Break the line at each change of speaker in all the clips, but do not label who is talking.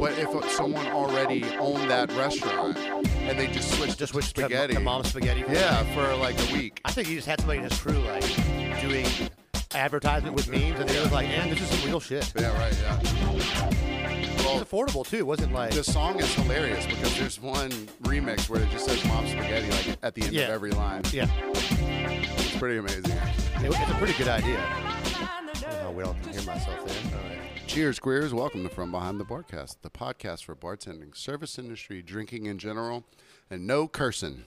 But if someone already owned that restaurant and they just switched
Just
it to
switch to,
spaghetti,
to mom's spaghetti. for
yeah, for like a week.
I think he just had somebody in his crew like doing advertisement with memes, and they was like, "Man, this is some real shit."
Yeah, right. Yeah.
It's
Well,
affordable too, wasn't like
the song is hilarious because there's one remix where it just says "Mom Spaghetti" like at the end
Yeah.
of every line.
yeah.
It's pretty amazing.
It- it's a pretty good idea. Oh, we don't hear myself there. All right.
Cheers, queers! Welcome to From Behind the Barcast, the podcast for bartending, service industry, drinking in general, and no cursing.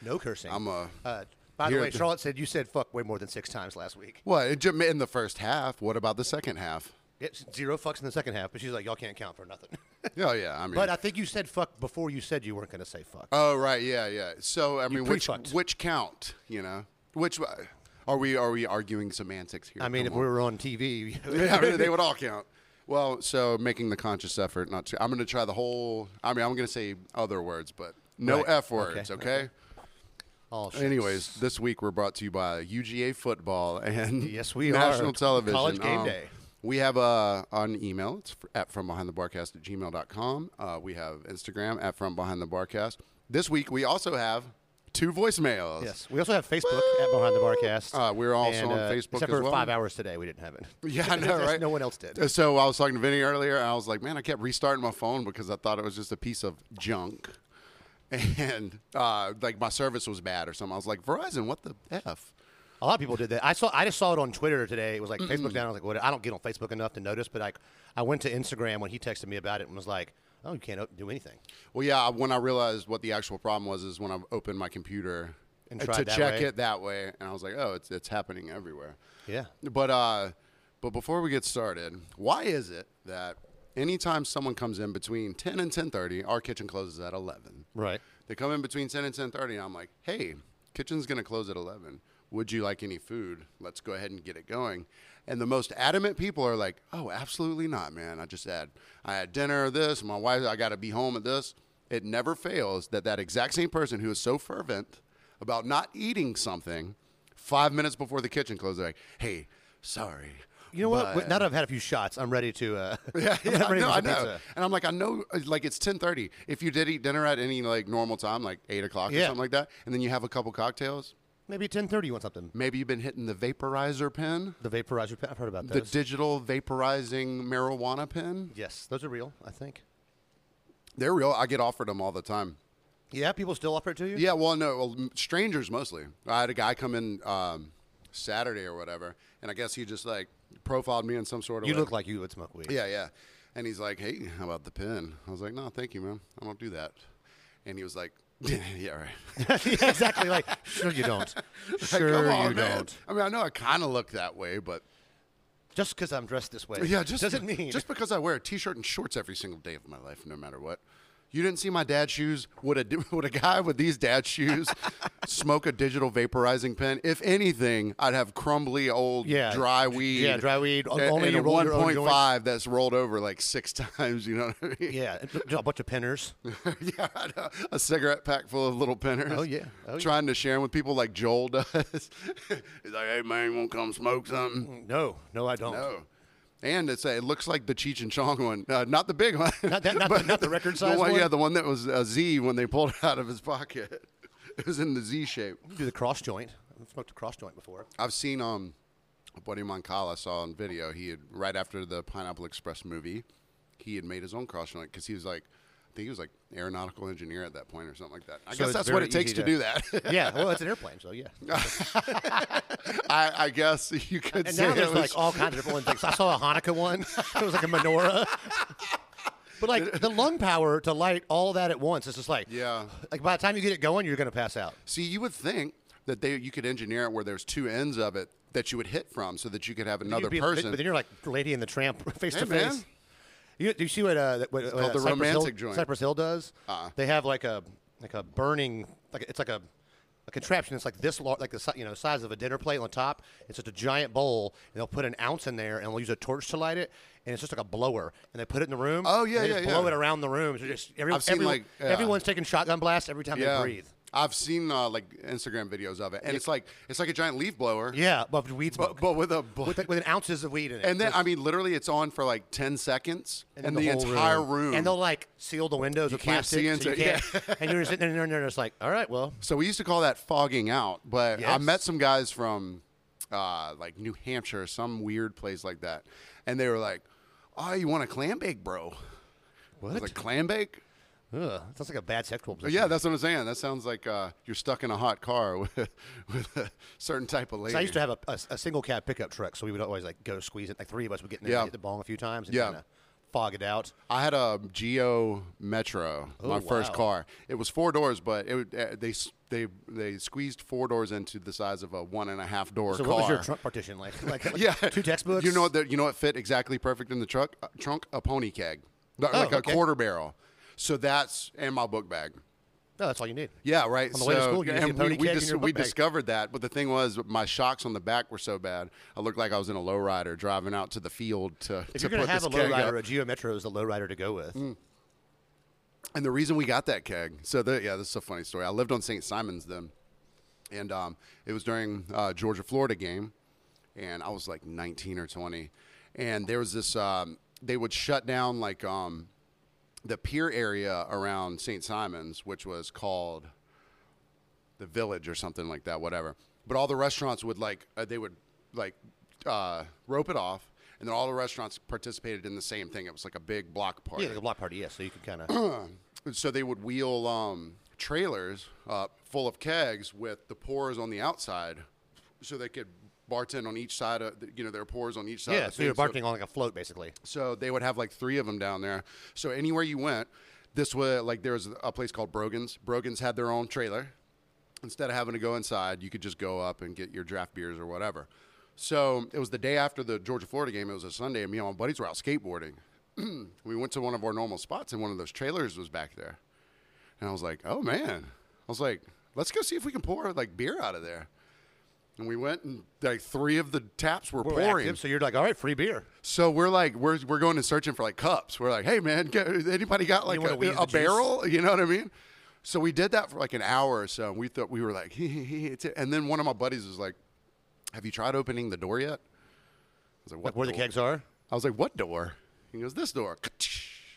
No cursing.
I'm a
uh, by the
here
way,
at the-
Charlotte said you said "fuck" way more than six times last week.
What? It ju- in the first half. What about the second half?
It's zero fucks in the second half, but she's like, "Y'all can't count for nothing."
Oh yeah, I mean.
but I think you said "fuck" before you said you weren't going to say "fuck."
oh right, yeah, yeah. So I mean, which
pre-fucked.
which count? You know, which uh, are we? Are we arguing semantics here?
I mean, if
Come
we
on.
were on TV,
yeah, I mean, they would all count. Well, so making the conscious effort not to. I'm going to try the whole. I mean, I'm going to say other words, but no
Right.
f words.
Okay.
Okay.
all shit.
Anyways, this week we're brought to you by UGA Football and
Yes, we
National
are.
Television. Um,
College game day.
We have uh, an email. It's fr- at fromBehindTheBarcast at gmail.com. Uh, we have Instagram at fromBehindTheBarcast. This week we also have two voicemails.
Yes, we also have Facebook at Behind the Barcast.
Uh, we're also
and,
on Facebook
Except
as
for
well.
five hours today, we didn't have it.
Yeah, I know, right?
No one else did.
So I was talking to Vinny earlier, and I was like, man, I kept restarting my phone because I thought it was just a piece of junk. And uh, like my service was bad or something. I was like, Verizon, what the F?
A lot of people did that. I saw. I just saw it on Twitter today. It was like Facebook down. I was like, what? I don't get on Facebook enough to notice, but like, I went to Instagram when he texted me about it and was like, oh, you can't o- do anything.
Well, yeah. When I realized what the actual problem was, is when I opened my computer
And
to
tried that
check
way?
it that way, and I was like, "Oh, it's it's happening everywhere."
Yeah.
But uh, but before we get started, why is it that anytime someone comes in between ten and ten thirty, our kitchen closes at eleven?
Right.
They come in between ten and ten thirty, and I'm like, "Hey, kitchen's gonna close at eleven. Would you like any food? Let's go ahead and get it going." And the most adamant people are like, "Oh, absolutely not, man. I just had I had dinner. This my wife. I got to be home at this." It never fails that that exact same person who is so fervent about not eating something, five minutes before the kitchen closes, they're like, "Hey, sorry."
You know what?
but- uh,
Now that I've had a few shots, I'm ready to. Uh,
yeah,
I'm
yeah,
ready
no,
for
I
some
know.
pizza.
And I'm like, I know, uh, like it's 10:30. If you did eat dinner at any like normal time, like eight o'clock or
Yeah.
something like that, and then you have a couple cocktails,
Maybe 10:30. You want something?
maybe you've been hitting the vaporizer pen,
The vaporizer pen. I've heard about
the
those.
digital vaporizing marijuana pen.
yes, those are real. I think.
They're real. I get offered them all the time.
Yeah, people still offer it to you.
Yeah, well, no, well, m- strangers mostly. I had a guy come in um, Saturday or whatever, and I guess he just like profiled me in some sort of.
You
way.
look like you would smoke weed.
Yeah, yeah. And he's like, "Hey, how about the pen?" I was like, "No, thank you, man. I don't do that." And he was like, "Yeah, right.
yeah, exactly. Like, sure you don't. Sure
Come on,
you
man.
don't.
I mean, I know I kind of look that way, but
Just because I'm dressed this way,
yeah, just
doesn't mean
just because I wear a t-shirt and shorts every single day of my life, no matter what. You didn't see my dad's shoes. Would a would a guy with these dad shoes smoke a digital vaporizing pen? If anything, I'd have crumbly old
Yeah.
dry weed.
Yeah, dry weed.
And,
Only
and
you
a
roll
one
your own
point five that's rolled over like six times. You know what I mean?
Yeah, a bunch of pinners.
yeah, I know. a cigarette pack full of little pinners.
Oh, yeah. Oh, yeah.
trying to share 'em with people like Joel does. He's like, "Hey man, want to come smoke something?"
No, no, I don't.
No. Oh. And it's a, it looks like the Cheech and Chong one, uh, not the big one,
Not that- not the-
but
not the record size one?
Yeah, the one that was a Z when they pulled it out of his pocket. It was in the Z shape.
You do the cross joint. I've smoked a cross joint before.
I've seen um, a buddy of mine, Kyle, I saw on video. He had right after the Pineapple Express movie, he had made his own cross joint because he was like, I think he was like aeronautical engineer at that point or something like that. I
So
guess
it's
that's what
very
it takes
easy
to,
to-
do that.
Yeah, well, it's an airplane, so yeah.
I, I guess you could
And
say
now
it
there's
was.
like all kinds of different things. I saw a Hanukkah one. It was like a menorah. But like the lung power to light all that at once, it's just like
Yeah.
Like by the time you get it going, you're gonna pass out.
See, you would think that they you could engineer it where there's two ends of it that you would hit from, so that you could have another
You'd be-
person.
But then you're like Lady in the Tramp, face
Hey,
to
man.
face. You, do you see what uh, that- what, what
called
uh,
the
Cypress Hill,
romantic joint.
Cypress Hill does?
Uh-uh.
They have like a like a burning like it's like a a contraption that's like this large, like the si- you know size of a dinner plate on top. It's just a giant bowl, and they'll put an ounce in there, and they'll use a torch to light it, and it's just like a blower, and they put it in the room.
Oh,
and
yeah,
they
yeah,
just blow
yeah.
it around the room. So just every,
I've seen,
everyone-
like, yeah.
everyone's taking shotgun blasts every time they breathe.
I've seen uh, like Instagram videos of it, and it's like it's like a giant leaf blower,
Yeah, but weed smoke.
but, but with a bl-
with, like, with an ounces of weed in it.
and then I mean literally it's on for like ten seconds, and, the,
whole
entire room.
And they'll like seal the windows with
can't
plastic.
see
so
into
you
it,
can't- and you're just sitting there and they're just like, all right, well,
So we used to call that fogging out, but I
Yes.
met some guys from uh, like New Hampshire, some weird place like that, and they were like, "Oh, you want a clam bake, bro?" I was
what?
like clam bake?
Ugh, sounds like a bad sexual
But
position.
yeah, that's what I'm saying. That sounds like uh, you're stuck in a hot car with, with a certain type of lady.
So I used to have a, a, a single cab pickup truck, so we would always like go squeeze it. Like three of us would get in there,
Yeah.
and hit the bong a few times, and
Yeah.
kind of fog it out.
I had a Geo Metro, my first
wow.
car. It was four doors, but it would- uh, they s- they they squeezed four doors into the size of a one and a half door
So
car.
what was your trunk partition like? Like, like
yeah,
two textbooks.
You know what? The, you know what fit exactly perfect in the truck uh, trunk? A pony keg, Like- like
Oh, okay.
a quarter barrel. So that's and my book bag.
No, that's all you need.
Yeah, right.
On the way to
So-
school, you just
and
get pony
we, we,
keg in
dis-
your
we
book bag.
discovered that, but the thing was, my shocks on the back were so bad, I looked like I was in a lowrider driving out to the field to,
If
to
you're gonna
put
have a
this keg up. Mm.
lowrider, a Geo Metro is the lowrider to go with.
And the reason we got that keg, so the, yeah, this is a funny story. I lived on St. Simon's then, and um, it was during uh, Georgia Florida game, and I was like 19 or 20, and there was this. Um, they would shut down like um, the pier area around St. Simon's, which was called the Village or something like that, whatever. But all the restaurants would like uh, they would like uh, rope it off, and then all the restaurants participated in the same thing. It was like a big block party
Yeah, like a block party. Yeah, so you can kind of.
so they would wheel um, trailers uh, full of kegs with the pours on the outside, so they could bartend on each side of the, you know their pours on each side.
yeah,
of the
so you're
thing.
barking on like a float basically.
So they would have like three of them down there. So anywhere you went, this was like there was a place called Brogan's. Brogan's had their own trailer. Instead of having to go inside, you could just go up and get your draft beers or whatever. So it was the day after the Georgia Florida game. It was a Sunday, and me and my buddies were out skateboarding. we went to one of our normal spots, and one of those trailers was back there. And I was like, oh man. I was like, let's go see if we can pour like beer out of there. And we went, and like three of the taps were,
We're
pouring.
active, so you're like, all right, free beer.
So we're like we're we're going and searching for like cups. We're like, hey man, get, anybody got like
wanna
a,
wheeze
a
the juice?
barrel? You know what I mean? So we did that for like an hour or so. And we thought we were like, "Hee, hee, hee, it's it." and then one of my buddies was like, "Have you tried opening the door yet?" I was like, "What?"
Like where the
door?"
kegs are.
I was like, "What door?" He goes, "This door."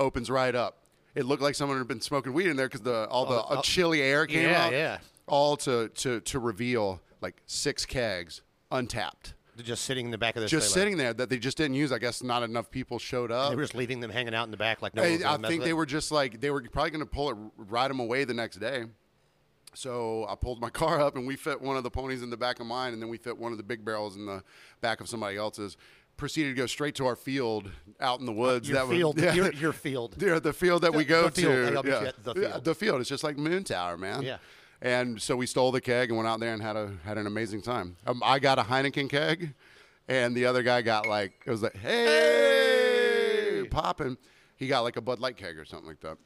Opens right up. It looked like someone had been smoking weed in there because the all the uh, chilly air came
Oh, Yeah,
out.
yeah.
All to to to reveal like six kegs untapped
They're just sitting in the back of the
just
trailer.
sitting there that they just didn't use. I guess not enough people showed
They
up.
were just leaving them hanging out in the back like no.
I,
one's
I
gonna mess
think
with
they
it.
were just like they were probably going to pull it, ride them away the next day. So I pulled my car up and we fit one of the ponies in the back of mine, and then we fit one of the big barrels in the back of somebody else's. Proceeded to go straight to our field out in the woods.
your
that was-
field.
yeah.
Your, your field.
Yeah, the field that we
The-
go
the field.
to.
I love it,
yeah.
yeah, the
Yeah,
field.
the field. It's just like Moon Tower, man.
Yeah.
And so we stole the keg and went out there and had a had an amazing time. Um, I got a Heineken keg, and the other guy got like it was like hey, popping. He got like a Bud Light keg or something like that,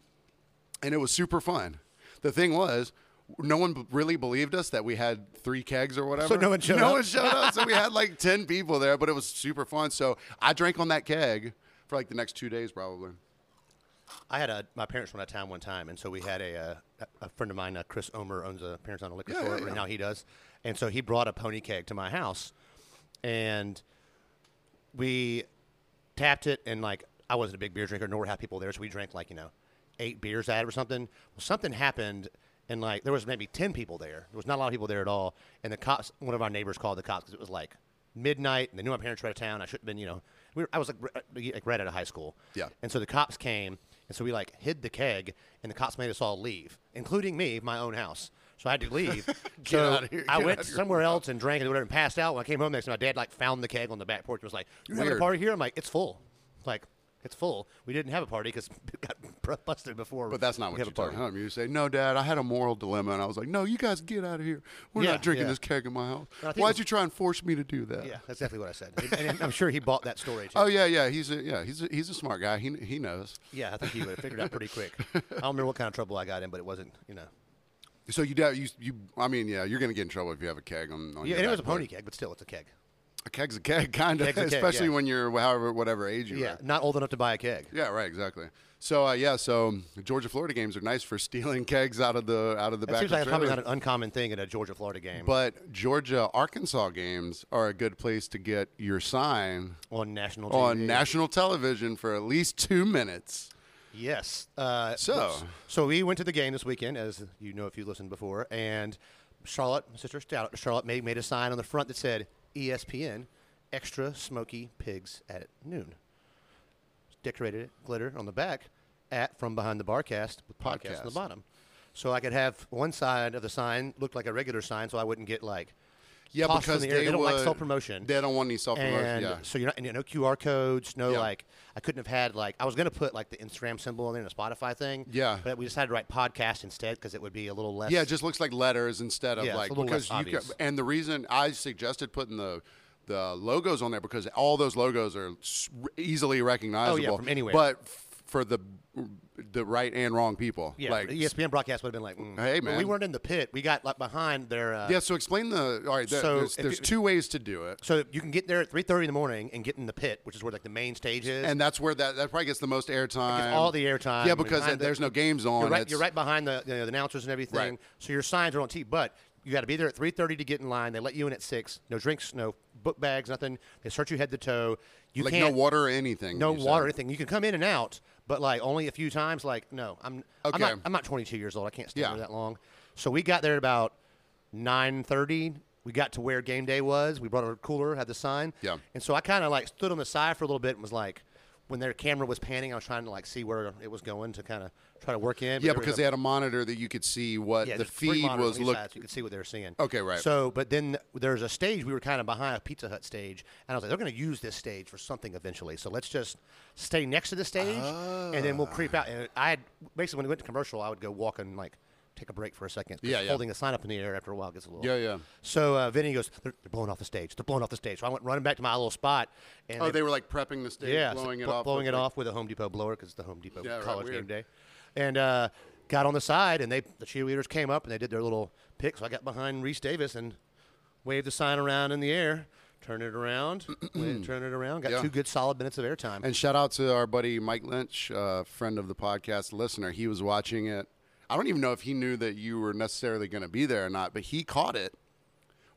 and it was super fun. The thing was. No one b- really believed us that we had three kegs or whatever.
no one showed
No
up?
one showed up. So we had like 10 people there, but it was super fun. So I drank on that keg for like the next two days, probably.
I had a my parents went out of town one time, and so we had a uh, a, a friend of mine, uh, Chris Omer, owns a parents on a liquor
Yeah,
store
yeah,
right
yeah.
now. He does, and so he brought a pony keg to my house, and we tapped it, and like I wasn't a big beer drinker, nor had people there, so we drank like you know eight beers at it or something. Well, something happened. And like there was maybe ten people there. There was not a lot of people there at all. And the cops, one of our neighbors called the cops because it was like midnight, and they knew my parents were out of town. I should have been, you know, we were, I was like, r- uh, like right out of high school.
Yeah.
And so the cops came, and so we like hid the keg, and the cops made us all leave, including me, my own house. So I had to leave. so
outta here,
I
get
went
outta your
somewhere else and drank and whatever and passed out. When I came home next, day, my dad like found the keg on the back porch. and Was like, "You having a
Weird.
party here?" I'm like, "It's full." Like, it's full. We didn't have a party because it got br- busted before.
But that's not what
we have
you
a
told him. You say, "No, Dad, I had a moral dilemma," and I was like, "No, you guys get out of here. We're
Yeah,
not drinking
yeah.
this keg in my house.
I think it
Why'd
was-
you try and force me to do that?"
Yeah, that's exactly what I said. And- And I'm sure he bought that story too.
Oh yeah, yeah. He's a yeah. He's a, he's a smart guy. He he knows.
Yeah, I think he would have figured out pretty quick. I don't remember what kind of trouble I got in, but it wasn't, you know.
So you doubt you you. I mean, yeah, you're gonna get in trouble if you have a keg on. on
Yeah,
your
and it was a
back door.
pony keg, but still, it's a keg.
A keg's a keg, kind of.
Keg's a keg,
Especially
yeah.
when you're however, whatever age you
Yeah,
are.
not old enough to buy a keg.
Yeah, right, exactly. So uh, yeah, so Georgia Florida games are nice for stealing kegs out of the out of the
That
back.
seems
of
like that's probably
trailers.
not an uncommon thing in a Georgia Florida game.
But Georgia Arkansas games are a good place to get your sign
on national TV.
on national television for at least two minutes.
Yes. Uh,
So-
s- so we went to the game this weekend, as you know if you listened before, and Charlotte, my sister Stout- Charlotte, made, made a sign on the front that said "E ESPN, extra smoky pigs at noon. Decorated it, glitter on the back, at from behind the barcast with podcast, on the
Podcast.
bottom. So I could have one side of the sign look like a regular sign, so I wouldn't get like
Yeah,
tossed
because
in the air.
they,
They, don't like
would-
self promotion
They don't want any self promotion.
and
Yeah.
so you're not and no QR codes, no
Yeah.
like I couldn't have had like I was gonna put like the Instagram symbol in there and a Spotify thing.
Yeah.
but we decided to write podcast instead because it would be a little less.
Yeah, it just looks like letters instead of
Yeah, it's
like
a little
because
less
you ca-
obvious.
and the reason I suggested putting the the logos on there because all those logos are s- easily recognizable
Oh, from anywhere.
But f- for the the right and wrong people,
yeah. E
like
ESPN broadcast would have been like, mm.
Hey,
But we
man.
weren't in the pit. We got like behind their. Uh,
yeah. So explain the all right. There,
So
there's
if
there's
you-
two ways to do it,
So you can get there at three thirty in the morning and get in the pit, which is where like the main stage is.
and that's where that that probably gets the most airtime.
all the airtime.
Yeah, because
Behind the-
there's no games on.
you're right,
it's-
you're right behind the, you know, the announcers and everything.
Right.
So your signs are on T, but you got to be there at 3:30 to get in line. They let you in at six. No drinks, no book bags, nothing. They search you head to toe. You
Like no
can't
water or anything.
no
you said.
water, or anything. You can come in and out, but like only a few times. Like, no, I'm I'm not,
Okay.
I'm not 22 years old. I can't stay
Yeah.
there that long. So we got there at about 9:30. We got to where game day was. We brought our cooler, had the sign.
Yeah.
And so I kind of like stood on the side for a little bit and was like, when their camera was panning, I was trying to like see where it was going to kind of try to work in. but
Yeah,
there was
because
a-
they had a monitor that you could see what
yeah,
the
there's three
feed
monitors on
was
each
look.
side, so you could see what they were seeing.
Okay, right.
So, but then there's a stage we were kind of behind a Pizza Hut stage, and I was like, they're going to use this stage for something eventually. So let's just stay next to the stage, and then we'll creep out. And I had basically when we went to commercial, I would go walk and like take a break for a second. 'cause
Yeah, yeah.
Holding a sign up in the air after a while gets a little.
Yeah, yeah.
So uh, Vinny goes, they're, they're blowing off the stage. They're blowing off the stage. So I went running back to my little spot. And
Oh, they were like prepping the stage,
yeah, so
blowing it
bl-
off,
blowing
with,
it
like-
off with a Home Depot blower because the Home Depot
Yeah, right,
college game
weird.
day, and uh, got on the side and they the cheerleaders came up and they did their little pick. So I got behind Reese Davis and waved the sign around in the air, turned it around, waved, turned it around. Got
Yeah.
two good solid minutes of airtime.
And shout out to our buddy Mike Lynch, uh, friend of the podcast, listener. He was watching it. I don't even know if he knew that you were necessarily going to be there or not, but he caught it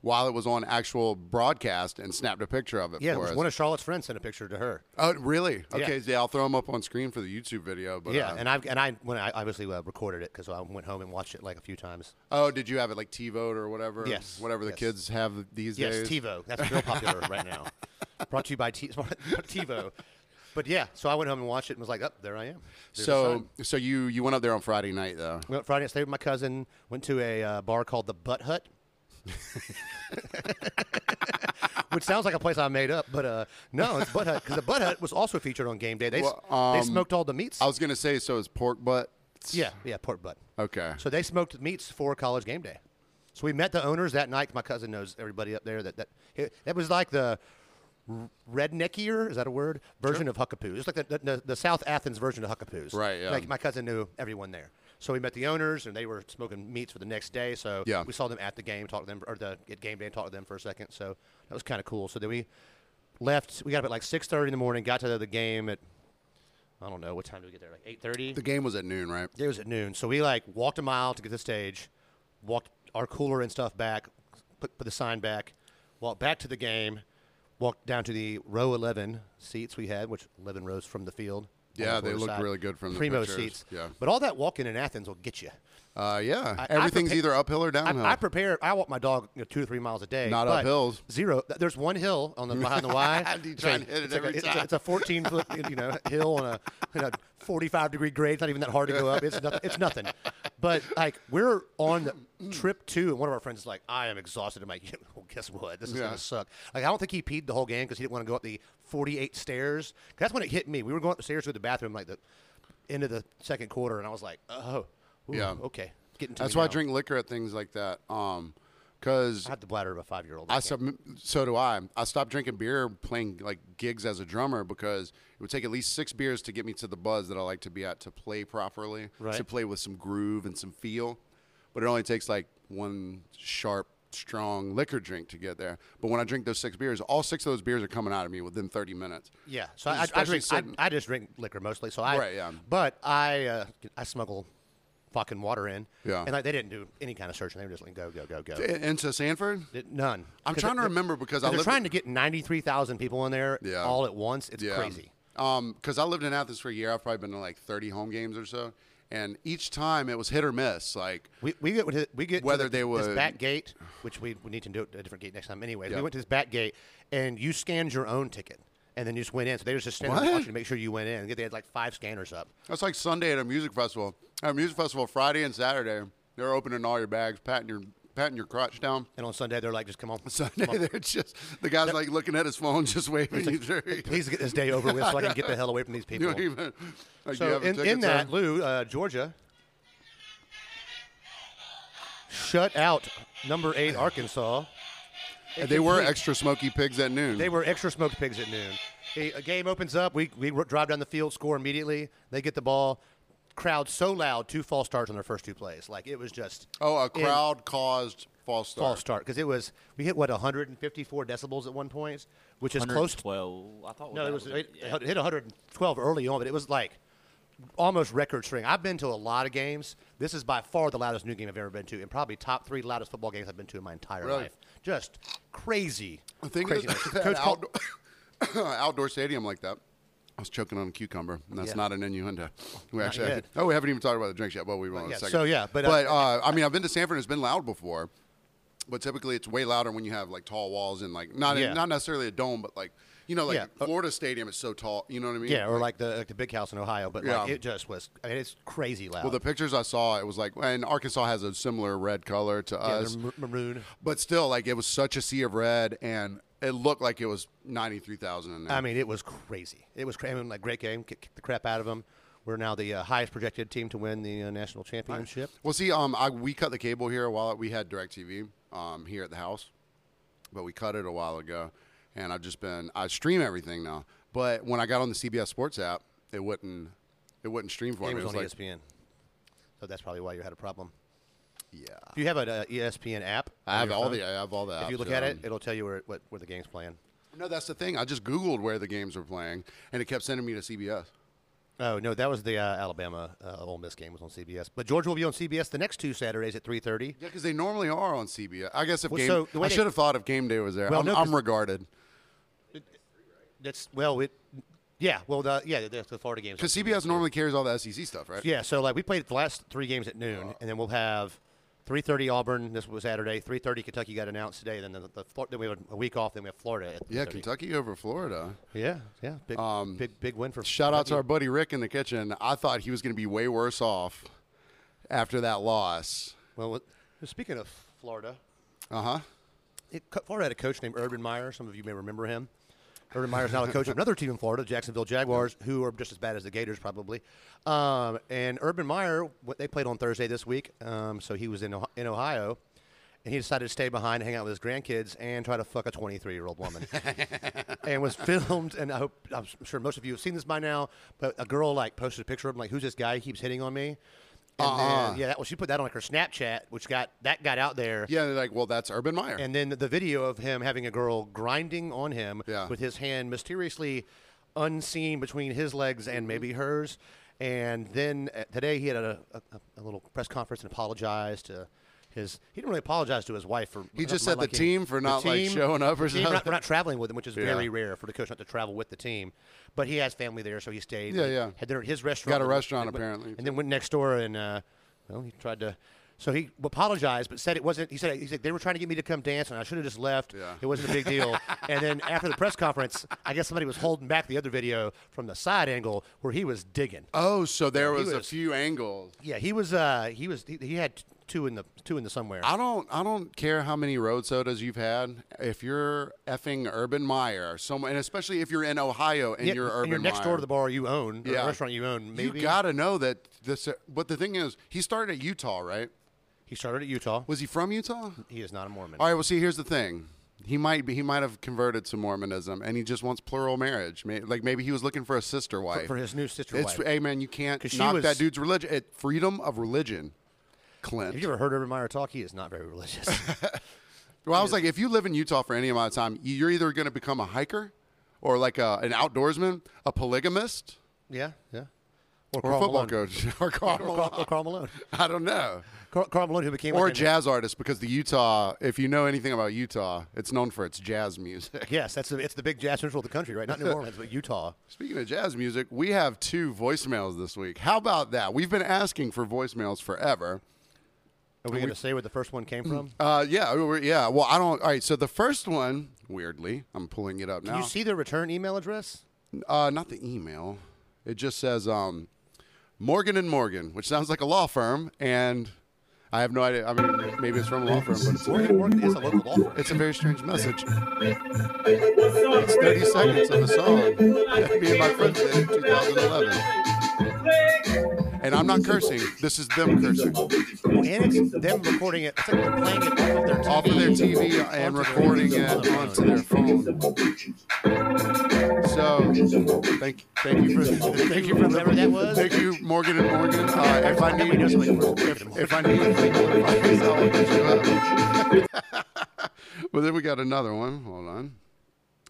while it was on actual broadcast and snapped a picture of it
yeah, it
for
was
us.
one of Charlotte's friends sent a picture to her.
oh, really? Okay, yeah. I'll throw him up on screen for the YouTube video. But
yeah,
uh,
and I and I when I obviously uh, recorded it because I went home and watched it like a few times.
oh, did you have it like TiVoed or whatever?
Yes,
whatever the
yes.
kids have these
Yes,
days.
TiVo. That's real popular right now. Brought to you by T- TiVo. But yeah, so I went home and watched it and was like, "Up there I am." There's the sign.
So, so you you went up there on Friday night though.
Went Friday night, stayed with my cousin. Went to a uh, bar called the Butt Hut, which sounds like a place I made up, but uh, no, it's Butt Hut because the Butt Hut was also featured on Game Day. They s-
Well,
they
um,
smoked all the meats.
I was gonna say so. It's pork butt.
yeah, yeah, pork butt.
Okay.
So they smoked the meats for College Game Day. So we met the owners that night. My cousin knows everybody up there. That that it, that was like the r- redneckier is that a word version of Huckapoo. It's like the, the- the the South Athens version of Huckapoo's.
Right, yeah.
Like my cousin knew everyone there. So we met the owners, and they were smoking meats for the next day. So
Yeah.
we saw them at the game, talked to them, or the at game day, and talked to them for a second. So that was kind of cool. So then we left. We got up at like six thirty in the morning. Got to the game at I don't know what time did we get there? Like eight thirty.
the game was at noon, right?
It was at noon, so we like walked a mile to get to the stage, walked our cooler and stuff back, put, put the sign back, walked back to the game, walked down to the row eleven seats we had, which eleven rows from the field.
Yeah,
on the
they
Florida
looked really good from the
primo
pictures,
seats.
yeah.
but all that walking in Athens will get you.
Uh, yeah.
I- I
Everything's
prepa-
either uphill or
I,
downhill.
I prepare. I walk my dog you know, two to three miles a day.
Not
but
up hills.
Zero. th- There's one hill on the behind the Y.
You
It's
try
like-
and hit it
it's like a-
every
it's a-
time.
It's a 14 foot you know hill on a, in a 45 degree grade. It's not even that hard to go up. It's nothing. It's nothing. But like we're on the trip two, and one of our friends is like, "I am exhausted." I'm like, "Well, guess what? This is
Yeah.
gonna suck." Like I don't think he peed the whole game because he didn't want to go up the 48 stairs. 'Cause That's when it hit me. We were going up the stairs to the bathroom like the end of the second quarter, and I was like, "Oh, ooh,
Yeah.
okay." Getting to
That's
me
why I
now.
drink liquor at things like that. Um, because
I have the bladder of a five year old.
I sub- so do I. I stopped drinking beer playing like gigs as a drummer because it would take at least six beers to get me to the buzz that I like to be at to play properly,
Right.
to play with some groove and some feel. But it only takes like one sharp strong liquor drink to get there. But when I drink those six beers, all six of those beers are coming out of me within 30 minutes.
Yeah, so I, I,
Especially
drink, I,
sitting-
I just drink liquor mostly. So I,
Right, yeah.
But I, uh, I smuggle fucking water in.
Yeah.
and like they didn't do any kind of searching. They were just like go, go, go, go.
I- Into Sanford?
Did- None.
I'm
'Cause
trying to
they-
remember because I
They're
lived
trying to get ninety three thousand people in there
Yeah.
all at once. It's
Yeah.
crazy.
Um, because I lived in Athens for a year. I've probably been to like 30 home games or so, and each time it was hit or miss. Like,
We, we get to- we get to
Whether
the-
they
this
would-
back gate, which we, we need to do it at a different gate next time. Anyway,
Yeah.
we went to this back gate, and you scanned your own ticket, and then you just went in. So they were just standing there
What?
watching to make sure you went in. They had like five scanners up.
That's like Sunday at a music festival. At a music festival, Friday and Saturday, they're opening all your bags, patting your patting your crotch down.
And on Sunday, they're like, just come on.
Sunday, they're just the guy's like looking at his phone, just waving you through.
Please get this day over with so I can get the hell away from these
You
people.
don't even. Like, you
So
have a
in,
ticket,
in that,
sir?
Lou, uh, Georgia shut out number eight Arkansas.
they were extra smoky pigs at noon.
They were extra smoked pigs at noon. A, a game opens up. We, we r- drive down the field, score immediately. They get the ball. Crowd so loud, two false starts on their first two plays. Like it was just
oh, a
in-
crowd caused false start.
false start because it was we hit what 154 decibels at one point, which is close. To,
112. I thought
no,
that
it was
was-
it
yeah.
hit 112 early on, but it was like almost record string. I've been to a lot of games. This is by far the loudest new game I've ever been to, and probably top three loudest football games I've been to in my entire
Really?
life. Just crazy.
The thing
crazy.
is,
Coach
that
called-
outdoor, outdoor stadium like that. I was choking on a cucumber, and that's
Yeah.
not an innuendo. We actually,
yet.
oh, we haven't even talked about the drinks yet. Well, we will in
yeah,
a second.
so yeah, but, uh,
but uh, I mean, I've been to Sanford. and It's been loud before, but typically it's way louder when you have like tall walls and like not
Yeah.
not necessarily a dome, but like you know, like
Yeah. Uh,
Florida Stadium is so tall. You know what I mean?
Yeah, or like the like the big house in Ohio, but like
Yeah.
it just was. I mean, it's crazy loud.
Well, the pictures I saw, it was like, and Arkansas has a similar red color to
yeah,
us.
they're mar- maroon.
But still, like it was such a sea of red, and it looked like it was ninety three thousand in there.
I mean, it was crazy. It was crazy. I mean, like great game, kick, kick the crap out of them. We're now the uh, highest projected team to win the uh, national championship.
well, see, um, I, we cut the cable here a while. We had Directv um here at the house, but we cut it a while ago, and I've just been I stream everything now. But when I got on the CBS Sports app, it wouldn't it wouldn't stream for
Game
me.
was
It
on E
was like,
ESPN, so that's probably why you had a problem.
yeah,
Do you have an uh, ESPN app? on
I have
your
all
phone?
the I have all that.
If you look at it, it'll tell you where what, where the game's playing.
no, that's the thing. I just Googled where the games were playing, and it kept sending me to CBS.
Oh no, that was the uh, Alabama uh, Ole Miss game was on CBS. But Georgia will be on CBS the next two Saturdays at three thirty.
Yeah, because they normally are on CBS. I guess if
Well,
game,
so the way
I
they-
should have thought if game day was there.
Well,
I'm,
no, 'cause-
I'm regarded
That's well, it, yeah, well, the, yeah, the, the Florida games on
because CBS normally carries all the SEC stuff, right?
Yeah, so like we played the last three games at noon, and then we'll have 3:30 Auburn. This was Saturday. 3:30 Kentucky got announced today. Then the, the, Flor- then we have a week off. Then we have Florida. At
Yeah,
3:30.
Kentucky over Florida.
Yeah, yeah. Big, big, big win for.
Shout out to our buddy Rick in the kitchen. I thought he was going to be way worse off after that loss.
Well, what- speaking of Florida,
Uh
Uh-huh.
huh.
it, co- Florida had a coach named Urban Meyer. Some of you may remember him. Urban Meyer's now the coach of another team in Florida, Jacksonville Jaguars, who are just as bad as the Gators probably. Um, and Urban Meyer, what they played on Thursday this week, um, so he was in Ohio, in Ohio, and he decided to stay behind, hang out with his grandkids, and try to fuck a 23 year old woman. and was filmed, and I hope I'm sure most of you have seen this by now. But a girl like posted a picture of him, like, "Who's this guy? He keeps hitting on me." And
Uh-uh.
then, yeah, that, well, she put that on like her Snapchat, which got that got out there.
Yeah, they're like, well, that's Urban Meyer.
And then the video of him having a girl grinding on him
Yeah.
with his hand mysteriously unseen between his legs
Mm-hmm.
and maybe hers. And then uh, today he had a, a, a little press conference and apologized to his. He didn't really apologize to his wife for.
He just
my
said the
liking-
team for not, like, showing up or
the team for not-
something.
for not traveling with him, which is
Yeah.
very rare for the coach not to travel with the team. But he has family there, so he stayed.
Yeah,
He
yeah.
Had dinner at his restaurant.
Got a
and went-
restaurant,
and went-
apparently.
and then went next door and uh, well, he tried to. So he apologized, but said it wasn't. He said he said they were trying to get me to come dance, and I should have just left.
Yeah.
It wasn't a big deal. and then after the press conference, I guess somebody was holding back the other video from the side angle where he was digging.
oh, so there was, a
was-
few angles.
Yeah, he was. Uh, he was. He, he had two in the two in the somewhere.
I don't I don't care how many road sodas you've had. If you're effing Urban Meyer, someone, and especially if you're in Ohio and
Yeah,
you're Urban
next
Meyer,
door to the bar you own, or
Yeah.
the restaurant you own. Maybe
you gotta know that this. But the thing is, he started at Utah, right?
he started at Utah.
Was he from Utah?
He is not a Mormon.
All right. Well, see, here's the thing. He might be. He might have converted to Mormonism, and he just wants plural marriage. May, like maybe he was looking for a sister wife.
for his new sister
it's
wife.
hey man, you can't
'Cause she
knock
was-
that dude's religion. It, freedom of religion, Clint.
Have you ever heard Urban Meyer talk? He is not very religious.
Well, I was like, if you live in Utah for any amount of time, you're either going to become a hiker, or like a, an outdoorsman, a polygamist,
Yeah, yeah. Or,
or a
Karl
football
Malone.
coach, or Karl
Or
Malone.
Karl, or Karl Malone.
I don't know,
Karl, Karl Malone, who became
or a
like an-
jazz artist, because the Utah, if you know anything about Utah, it's known for its jazz music.
Yes, that's the, it's the big jazz central of the country, right? Not New Orleans, but Utah.
Speaking of jazz music, we have two voicemails this week. How about that? We've been asking for voicemails forever.
Are we Mm-hmm. going to say where the first one came from?
Uh, yeah, we were- yeah. Well, I don't. All right. So the first one, weirdly, I'm pulling it up now.
Can you see the return email address?
Uh, not the email. It just says um, Morgan and Morgan, which sounds like a law firm, and I have no idea. I mean, maybe it's from a law firm, but it's
Morgan Morgan is a local law firm.
it's a very strange message.
It's
30 seconds of a song that me and my friends did in 2011, and I'm not cursing. This is them cursing
And it's them recording it. It's like they're playing it off
off
of their
of their TV and recording it onto their phone. So thank thank you for thank you for the-
Whatever that was.
Thank you, Morgan and Morgan. Uh, if I
Nobody
need
knows what it
if, if I need legal advice, I'll hit you up. Well, then we got another one. Hold on.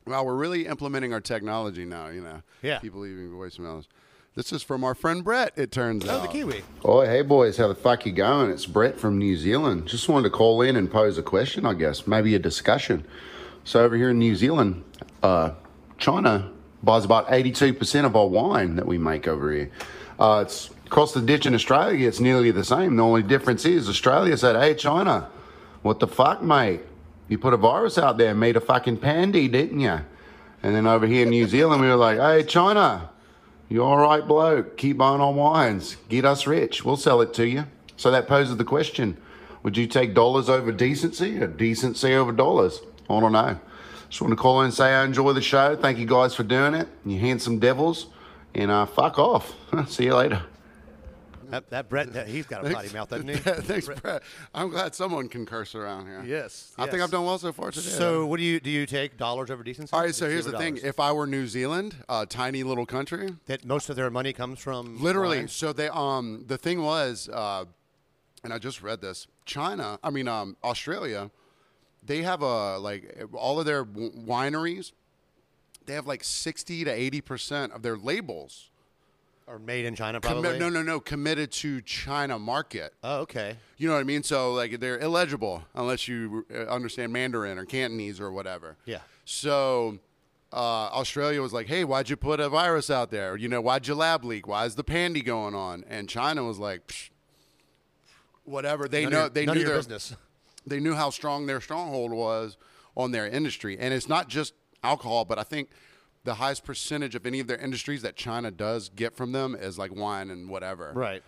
Wow, we're really implementing our technology now. You know,
Yeah.
People leaving voicemails. This is from our friend Brett. It turns
Oh,
out
the Kiwi.
Oh, hey boys, how the fuck you going? It's Brett from New Zealand. Just wanted to call in and pose a question, I guess, maybe a discussion. So over here in New Zealand, uh, China buys about 82% of our wine that we make over here. Uh, it's across the ditch in Australia, it's nearly the same. The only difference is Australia said, hey, China, what the fuck, mate? You put a virus out there and made a fucking pandy, didn't you? And then over here in New Zealand, we were like, hey, China, you all right, bloke? Keep buying our wines. Get us rich. We'll sell it to you. So that poses the question Would you take dollars over decency or decency over dollars? I don't know. Just want to call in and say I enjoy the show. Thank you guys for doing it. You handsome devils. And uh, fuck off. See you later.
That, that Brett, that, he's got a potty mouth, doesn't he?
Thanks, Brett. I'm glad someone can curse around here.
Yes,
I think
yes.
I've done well so far today.
So, what do you do? You take dollars over decency?
all right. So
Or
here's the
silver
thing:
dollars?
if I were New Zealand, a tiny little country,
that most of their money comes from
literally.
wine?
So they um the thing was, uh, and I just read this: China, I mean um Australia, they have a like all of their w- wineries, they have like sixty to eighty percent of their labels.
Or made in China,
commi-
probably.
no, no, no, committed to China market.
Oh, okay.
You know what I mean? So like they're illegible unless you uh, understand Mandarin or Cantonese or whatever.
Yeah.
So uh, Australia was like, "Hey, why'd you put a virus out there? You know, why'd you lab leak? Why is the pandy going on?" And China was like, Psh, "Whatever." They
None
know
of your,
they
none
knew
of your
their-
business.
they knew how strong their stronghold was on their industry, and it's not just alcohol, but I think. The highest percentage of any of their industries that China does get from them is like wine and whatever.
Right.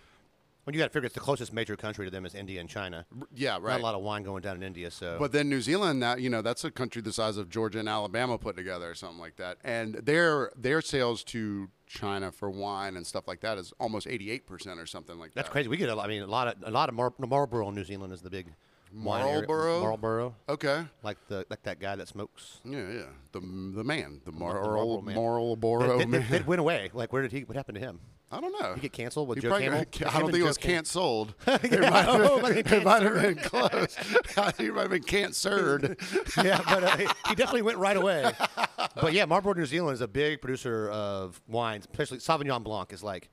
Well, you got to figure it's the closest major country to them is India and China.
Yeah, right.
Not a lot of wine going down in India, so.
But then New Zealand, that you know, that's a country the size of Georgia and Alabama put together, or something like that. And their their sales to China for wine and stuff like that is almost eighty eight percent or something like
that's
that.
crazy. We get a lot. I mean, a lot of a lot of Mar- Marlboro in New Zealand is the big wine area.
Marlboro?
Marlboro,
Okay.
like the like that guy that smokes.
Yeah, yeah. The the man, the Marlboro
Marlboro Man.
Marlboro
that, that- that-
man.
that went away. Like, where did he? What happened to him?
I don't know. He
get canceled with Joe
probably-
Camel?
I
Him
don't
and
think it
Joe
was
Camel.
can't sold.
Yeah, oh, but they
It might have been close. I think it might have been cancered.
yeah, but uh, he- he definitely went right away. But yeah, Marlboro New Zealand is a big producer of wines, especially Sauvignon Blanc is like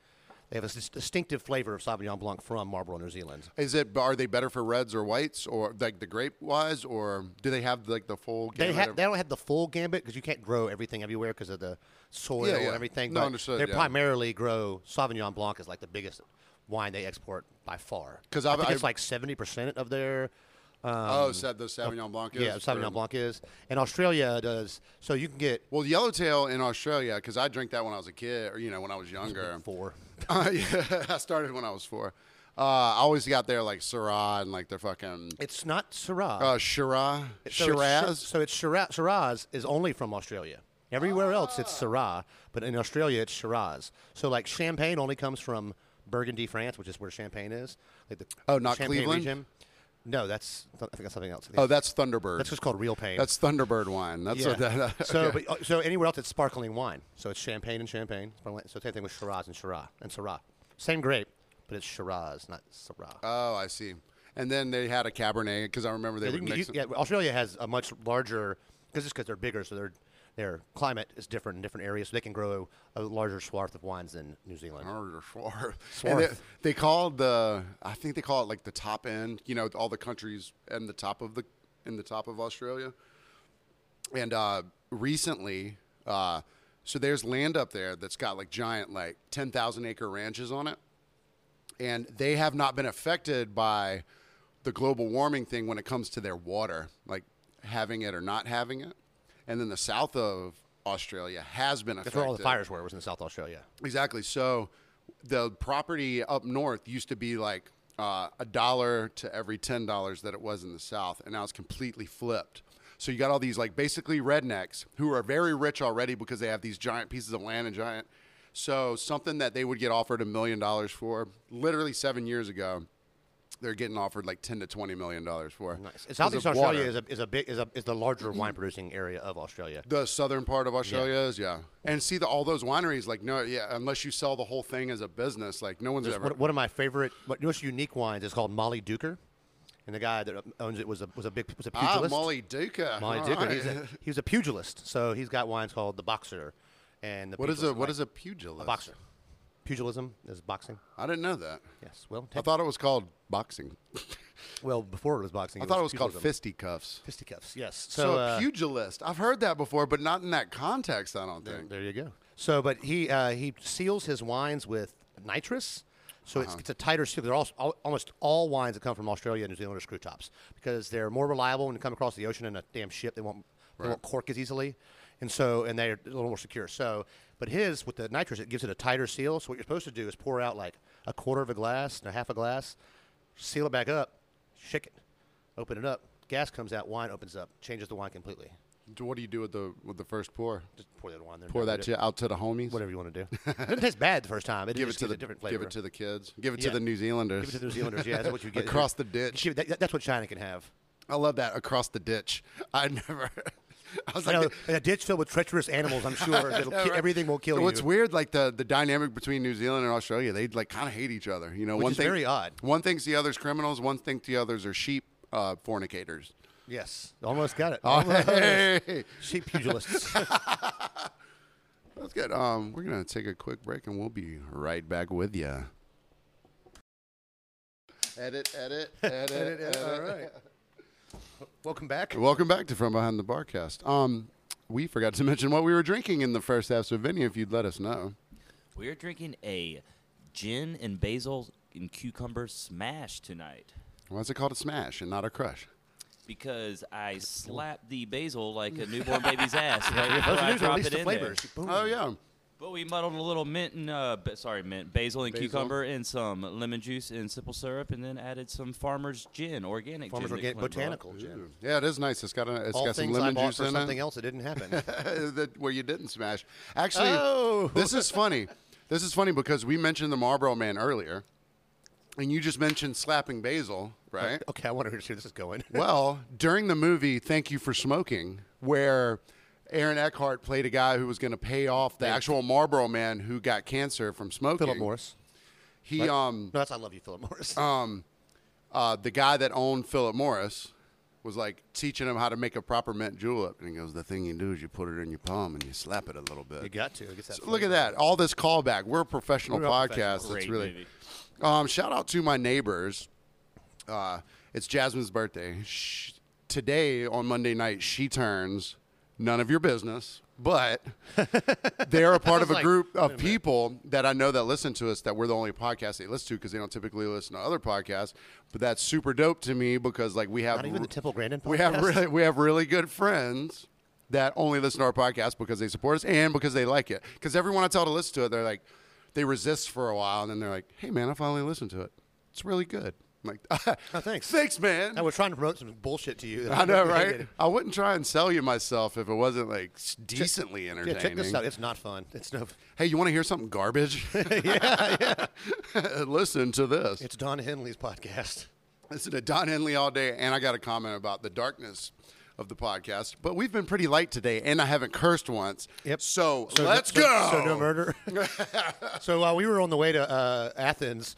they have a s- distinctive flavor of Sauvignon Blanc from Marlboro New Zealand.
Is it? Are they better for reds or whites, or like the grape wise, or do they have like the full?
They,
gamut
ha-
of-
they don't have the full gambit because you can't grow everything everywhere because of the soil
Yeah, yeah.
and everything.
No,
but
understood,
They
yeah.
primarily grow Sauvignon Blanc is like the biggest wine they export by far.
'Cause
I
I've-
think
I've-
it's like seventy percent of their
Oh, said the Sauvignon Blanc. Is,
Um, yeah Sauvignon
or-
Blanc is, and Australia does. So you can get
Well, yellowtail in Australia, because I drank that when I was a kid, or you know, when I was younger.
four.
Uh, yeah, I started when I was four. Uh, I always got there like Syrah and like their fucking
It's not Syrah.
uh, Shiraz.
So it's Shir-
Shiraz.
So it's Shiraz, Shiraz is only from Australia. Everywhere else it's
Ah.
Syrah, but in Australia it's Shiraz. So like Champagne only comes from Burgundy, France, which is where Champagne is. Like the
Oh, not
Champagne
Cleveland?
Region. No, that's I think that's something else. I think
Oh, that's Thunderbird.
that's just called real pain.
That's Thunderbird wine. That's what
yeah.
that.
so, but, uh, so anywhere else it's sparkling wine. So it's Champagne and Champagne. Sparkling- So same thing with Shiraz and Shiraz and Syrah. Same grape, but it's Shiraz, not Syrah.
oh, I see. And then they had a Cabernet because I remember they
Yeah, you
would
can get-
mix
you-
it.
yeah, Australia has a much larger because just because they're bigger, so their their climate is different in different areas, so they can grow a larger swath of wines than New Zealand.
Or Swarth. And they,
Swarth.
they called the I think they call it like the top end, you know, all the countries and the top of the in the top of Australia. And uh recently, uh so there's land up there that's got like giant like 10,000 acre ranches on it. And they have not been affected by the global warming thing when it comes to their water, like having it or not having it. And then the south of Australia has been affected.
That's where all the fires were. Was in South Australia.
Exactly. So the property up north used to be like uh, a dollar to every ten dollars that it was in the south, and now it's completely flipped. So you got all these like basically rednecks who are very rich already because they have these giant pieces of land and giant. So something that they would get offered a million dollars for literally seven years ago, they're getting offered like ten to twenty million dollars for.
Nice.
'Cause
Southeast
of
Australia
water. Mm-hmm.
is a, is a big is a is the larger wine producing area of Australia.
The southern part of Australia is, yeah. And see the all those wineries, like no, yeah. Unless you sell the whole thing as a business, like no one's
There's
ever.
One, one of my favorite, but most unique wines is called Molly Duker, and the guy that owns it was a was a big was a
ah,
pugilist.
Molly Duca.
Molly
All
Duker.
right.
He's a, he was a pugilist, so he's got wines called the Boxer, and the
what is a
Pugilist
what
White.
is a pugilist?
a boxer? Pugilism is boxing.
I didn't know that.
Yes. Well,
I
take-
thought it was called boxing.
well before it was boxing.
I thought it was called
pugilism.
fisticuffs.
fisticuffs. Yes. So,
So,
uh,
a pugilist. I've heard that before, but not in that context. I don't think.
There you go. So, but he uh, he seals his wines with nitrous, so
Uh-huh.
it's, it's a tighter seal. They're all, all, almost all wines that come from Australia and New Zealand are screw tops because they're more reliable when they come across the ocean in a damn ship. They won't they won't cork as easily, and so and they're a little more secure. So, but his with the nitrous it gives it a tighter seal. So what you're supposed to do is pour out like a quarter of a glass and a half a glass, seal it back up, shake it, open it up. Gas comes out, wine opens up, changes the wine completely.
Do- What do you do with the with the first pour?
Just pour that wine there.
Pour
Don't
that
do-
shit out to the homies.
whatever you want to do. it didn't taste bad the first time. It
Give it
just
to
gives
the
a different flavor.
give it to the kids. Give it
Yeah.
to the New Zealanders.
Give it to the New Zealanders. Yeah, that's what you get
Across the ditch.
Shit, that- that's what China can have.
I love that across the ditch. I never. I was
I
like,
know, in a ditch filled with treacherous animals. I'm sure that'll
Yeah, Oh,
ki-
right.
everything will kill
What's
you.
weird, like the the dynamic between New Zealand and Australia, they like kind of hate each other. You know,
Which
one
is
thing
very odd.
One thinks the other's criminals. One thinks the others are sheep uh, fornicators.
Yes, almost got it.
Oh,
Almost.
hey.
Sheep pugilists.
That's good. Um, we're gonna take a quick break, and we'll be right back with you. Edit, edit, edit, edit.
All right. Welcome back.
Welcome back to From Behind the Barcast. Um, we forgot to mention what we were drinking in the first half, so Vinny, if you'd let us know.
We're drinking a gin and basil and cucumber smash tonight
Why is it called a smash and not a crush?
because I slapped the basil like a newborn baby's ass right before
Those
I
news
dropped
released
it
the
in there.
flavors. Boom.
Oh yeah.
But we muddled a little mint and uh, ba- sorry, mint, basil and
Basil.
cucumber and some lemon juice and simple syrup, and then added some farmer's gin, organic.
Farmers
gin
were
that
getting
Clint brought.
botanical. gin.
Ooh. Yeah, it is nice. It's got a, it's
All
got some
things I
lemon
bought
juice
for
in
something
it
else, it didn't happen.
that, where you didn't smash. Actually,
Oh.
this is funny. This is funny because we mentioned the Marlboro Man earlier, and you just mentioned slapping basil, right?
okay, I want to see where this is going.
well, during the movie Thank You for Smoking, where Aaron Eckhart played a guy who was going to pay off the actual Marlboro Man who got cancer from smoking.
Philip Morris.
He um
No, that's I love you, Philip Morris.
Oh. uh, the guy that owned Philip Morris was like teaching him how to make a proper mint julep, and he goes, "The thing you do is you put it in your palm and you slap it a little bit."
you got to. It gets that
So look at
flavor.
that! All this callback. We're a professional
We're all
podcast.
professional.
It's
Great
really.
movie.
Um, shout out to my neighbors. Uh, it's Jasmine's birthday Sh today on Monday night. She turns. None of your business, but they're a part of a
like,
group of people that I know that listen to us. That we're the only podcast they listen to because they don't typically listen to other podcasts. But that's super dope to me because like we have
Not even the Temple Grandin
we have
podcast?
really we have really good friends that only listen to our podcast because they support us and because they like it. Because everyone I tell to listen to it, they're like, they resist for a while, and then they're like, "Hey, man, I finally listened to it. It's really good." I'm like,
Oh, thanks.
thanks, man."
I was trying to promote some bullshit to you. that
I know,
really
right?
hated.
I wouldn't try and sell you myself if it wasn't like s- decently
Yeah,
entertaining.
check this out. It's not fun. It's no.
Hey, you want to hear something garbage?
yeah, yeah.
listen to this.
It's Don Henley's podcast.
Listen to Don Henley all day, and I got a comment about the darkness of the podcast. But we've been pretty light today, and I haven't cursed once. So,
no-
let's
so-
go.
So no murder. uh, so while we were on the way to uh, Athens,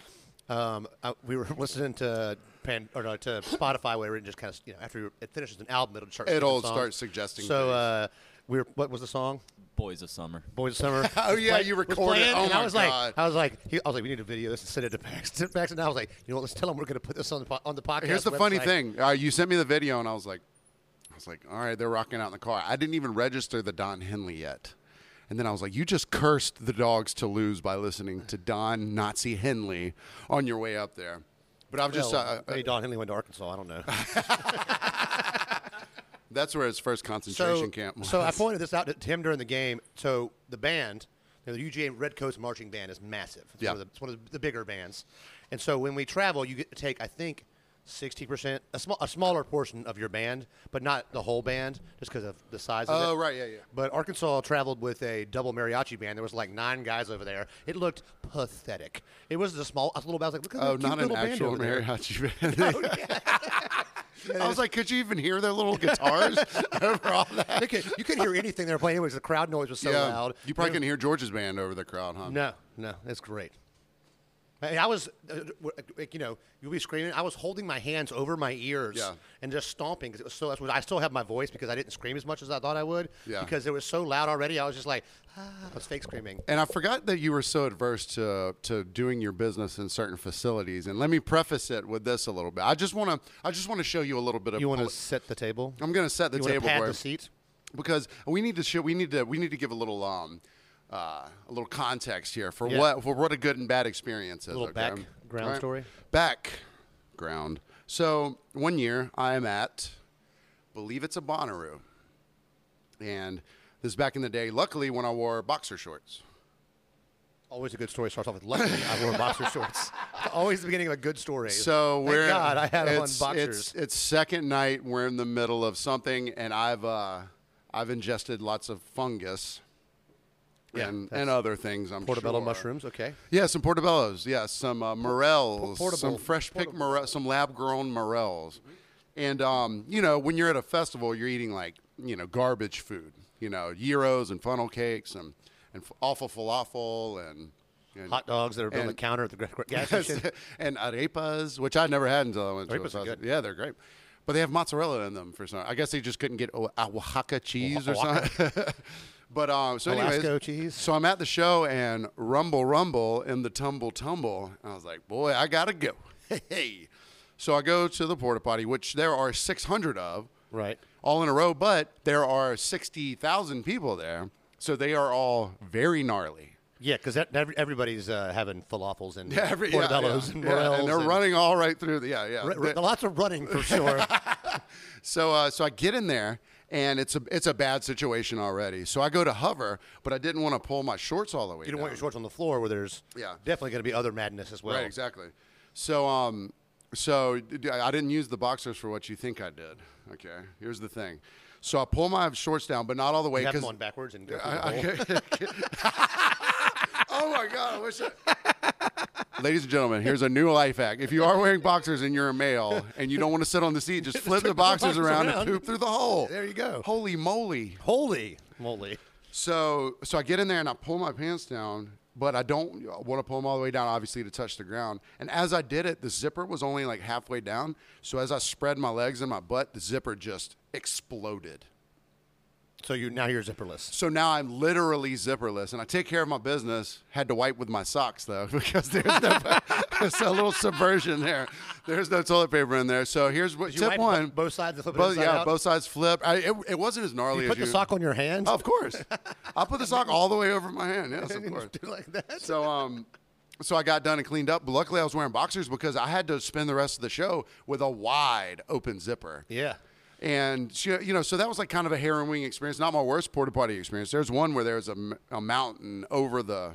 um, I, we were uh, listening to Pan or no, to Spotify, where it just kind of you know after it finishes an album, it'll start.
It'll
skipping songs.
start suggesting
So
things.
uh, we were. What was the song?
Boys of Summer.
Boys of Summer.
Oh, yeah,
Play-
you
was
recorded-
playing,
oh
and
my
I was
God.
like, I was like, he, I was like, we need to video this and send it to Paxton. Paxton. And I was like, you know what? Let's tell him we're going to put this on the po- on the podcast.
Here's the funny
website.
thing. Uh, you sent me the video, and I was like, I was like, all right, they're rocking out in the car. I didn't even register the Don Henley yet. And then I was like, you just cursed the dogs to lose by listening to Don Nazi Henley on your way up there. But I've just,
Well,
uh, uh,
maybe Don Henley went to Arkansas. I don't know.
that's where his first concentration camp was.
So I pointed this out to Tim during the game. So the band, you know, the UGA Redcoats marching band is massive. It's,
Yeah.
one of the, it's one of the bigger bands. And so when we travel, you get to take, I think, 60%, a, small, a smaller portion of your band, but not the whole band, just because of the size of it.
Oh, right, yeah, yeah.
But Arkansas traveled with a double mariachi band. There was like nine guys over there. It looked pathetic. It was a small, a little band. I was like, look at
Oh,
that cute
not an
little band
actual
over there. Oh,
mariachi band. I was like, could you even hear their little guitars over all that?
They could- you couldn't hear anything they were playing. It was the crowd noise was so loud.
You
It
probably
was-
couldn't hear George's band over the crowd, huh?
No, no, that's great. I, I was, uh, w- like, you know, you'll be screaming. I was holding my hands over my ears
Yeah.
and just stomping because it was so. that's what- I still have my voice because I didn't scream as much as I thought I would.
Yeah.
Because it was so loud already, I was just like, ah, I was fake screaming.
And I forgot that you were so adverse to to doing your business in certain facilities. And let me preface it with this a little bit. I just want to I just want to show you a little bit of.
You want to
poli-
set the table?
I'm going to set the
you wanna
table
pad
for
the
it.
seat.
because we need to show, we need to we need to give a little um uh, a little context here for
Yeah.
what for what a good and bad experience is.
Little
okay?
background
All
story.
Background. So one year I am at, believe it's a Bonnaroo, and this is back in the day. Luckily, when I wore boxer shorts.
Always a good story starts off with luckily I wore boxer shorts. Always the beginning of a good story.
So
Thank
we're
God I had on
it's-
boxers.
It's, it's second night. We're in the middle of something, and I've uh, I've ingested lots of fungus.
Yeah,
and,
that's-
and other things, I'm
Portobello
sure.
mushrooms. Okay.
Yeah, some portobellos. Yeah, some uh, morels.
portable-
some fresh pick morel, some lab grown morels. And um, you know, when you're at a festival, you're eating like you know garbage food. You know, gyros and funnel cakes and and f- awful falafel and, and
Hot dogs that are on the
And-
counter at the gra- gra- gas station.
and arepas, which I never had until I went to
Arepas are
Wisconsin.
good.
Yeah, they're great. But they have mozzarella in them for some. I guess they just couldn't get O- a Oaxaca cheese or something. but um, so
Alasco
anyways,
cheese.
so I'm at the show and rumble rumble in the tumble tumble. And I was like, boy, I gotta go. Hey, so I go to the porta potty, which there are 600 of,
Right.
all in a row. But there are 60,000 people there, so they are all very gnarly.
Yeah, because everybody's uh, having falafels and
Yeah, every- yeah,
portobellos
yeah,
and
yeah,
morels.
and they're running all right through the yeah, yeah.
r- r- lots of running for sure.
So uh, so I get in there and it's a it's a bad situation already. So I go to hover, but I didn't want to pull my shorts all the way.
you don't
down.
want your shorts on the floor where there's
Yeah.
definitely going to be other madness as well.
Right, exactly. So um so d- I didn't use the boxers for what you think I did. Okay. Here's the thing. So I pull my shorts down, but not all the way
You have them
'cause-
on backwards and go through the
I-
hole.
I- oh my god! I wish. I... Ladies and gentlemen, here's a new life hack. If you are wearing boxers and you're a male and you don't want to sit on the seat, just flip the boxers around, and poop through the hole.
There you go.
Holy moly!
Holy moly.
So, so I get in there and I pull my pants down, but I don't want to pull them all the way down, obviously, to touch the ground. And as I did it, the zipper was only like halfway down. So as I spread my legs and my butt, the zipper just exploded.
So you now you're zipperless.
So now I'm literally zipperless, and I take care of my business. Had to wipe with my socks though, because there's, no, there's a little subversion there. There's no toilet paper in there. So here's what
you
tip
wipe bo-
one:
both sides and flip it
Both-
inside
yeah,
out?
both sides flip. I, it, it wasn't as gnarly as
You put
you. Oh,
the sock on your hand.
Of course, I put the sock all the way over my hand. Yes, of course.
Do like that.
So um, so I got done and cleaned up. But luckily, I was wearing boxers because I had to spend the rest of the show with a wide open zipper.
Yeah.
And she, you know, so that was like kind of a harrowing experience. Not my worst porta potty experience. There's one where there was a, m- a mountain over the.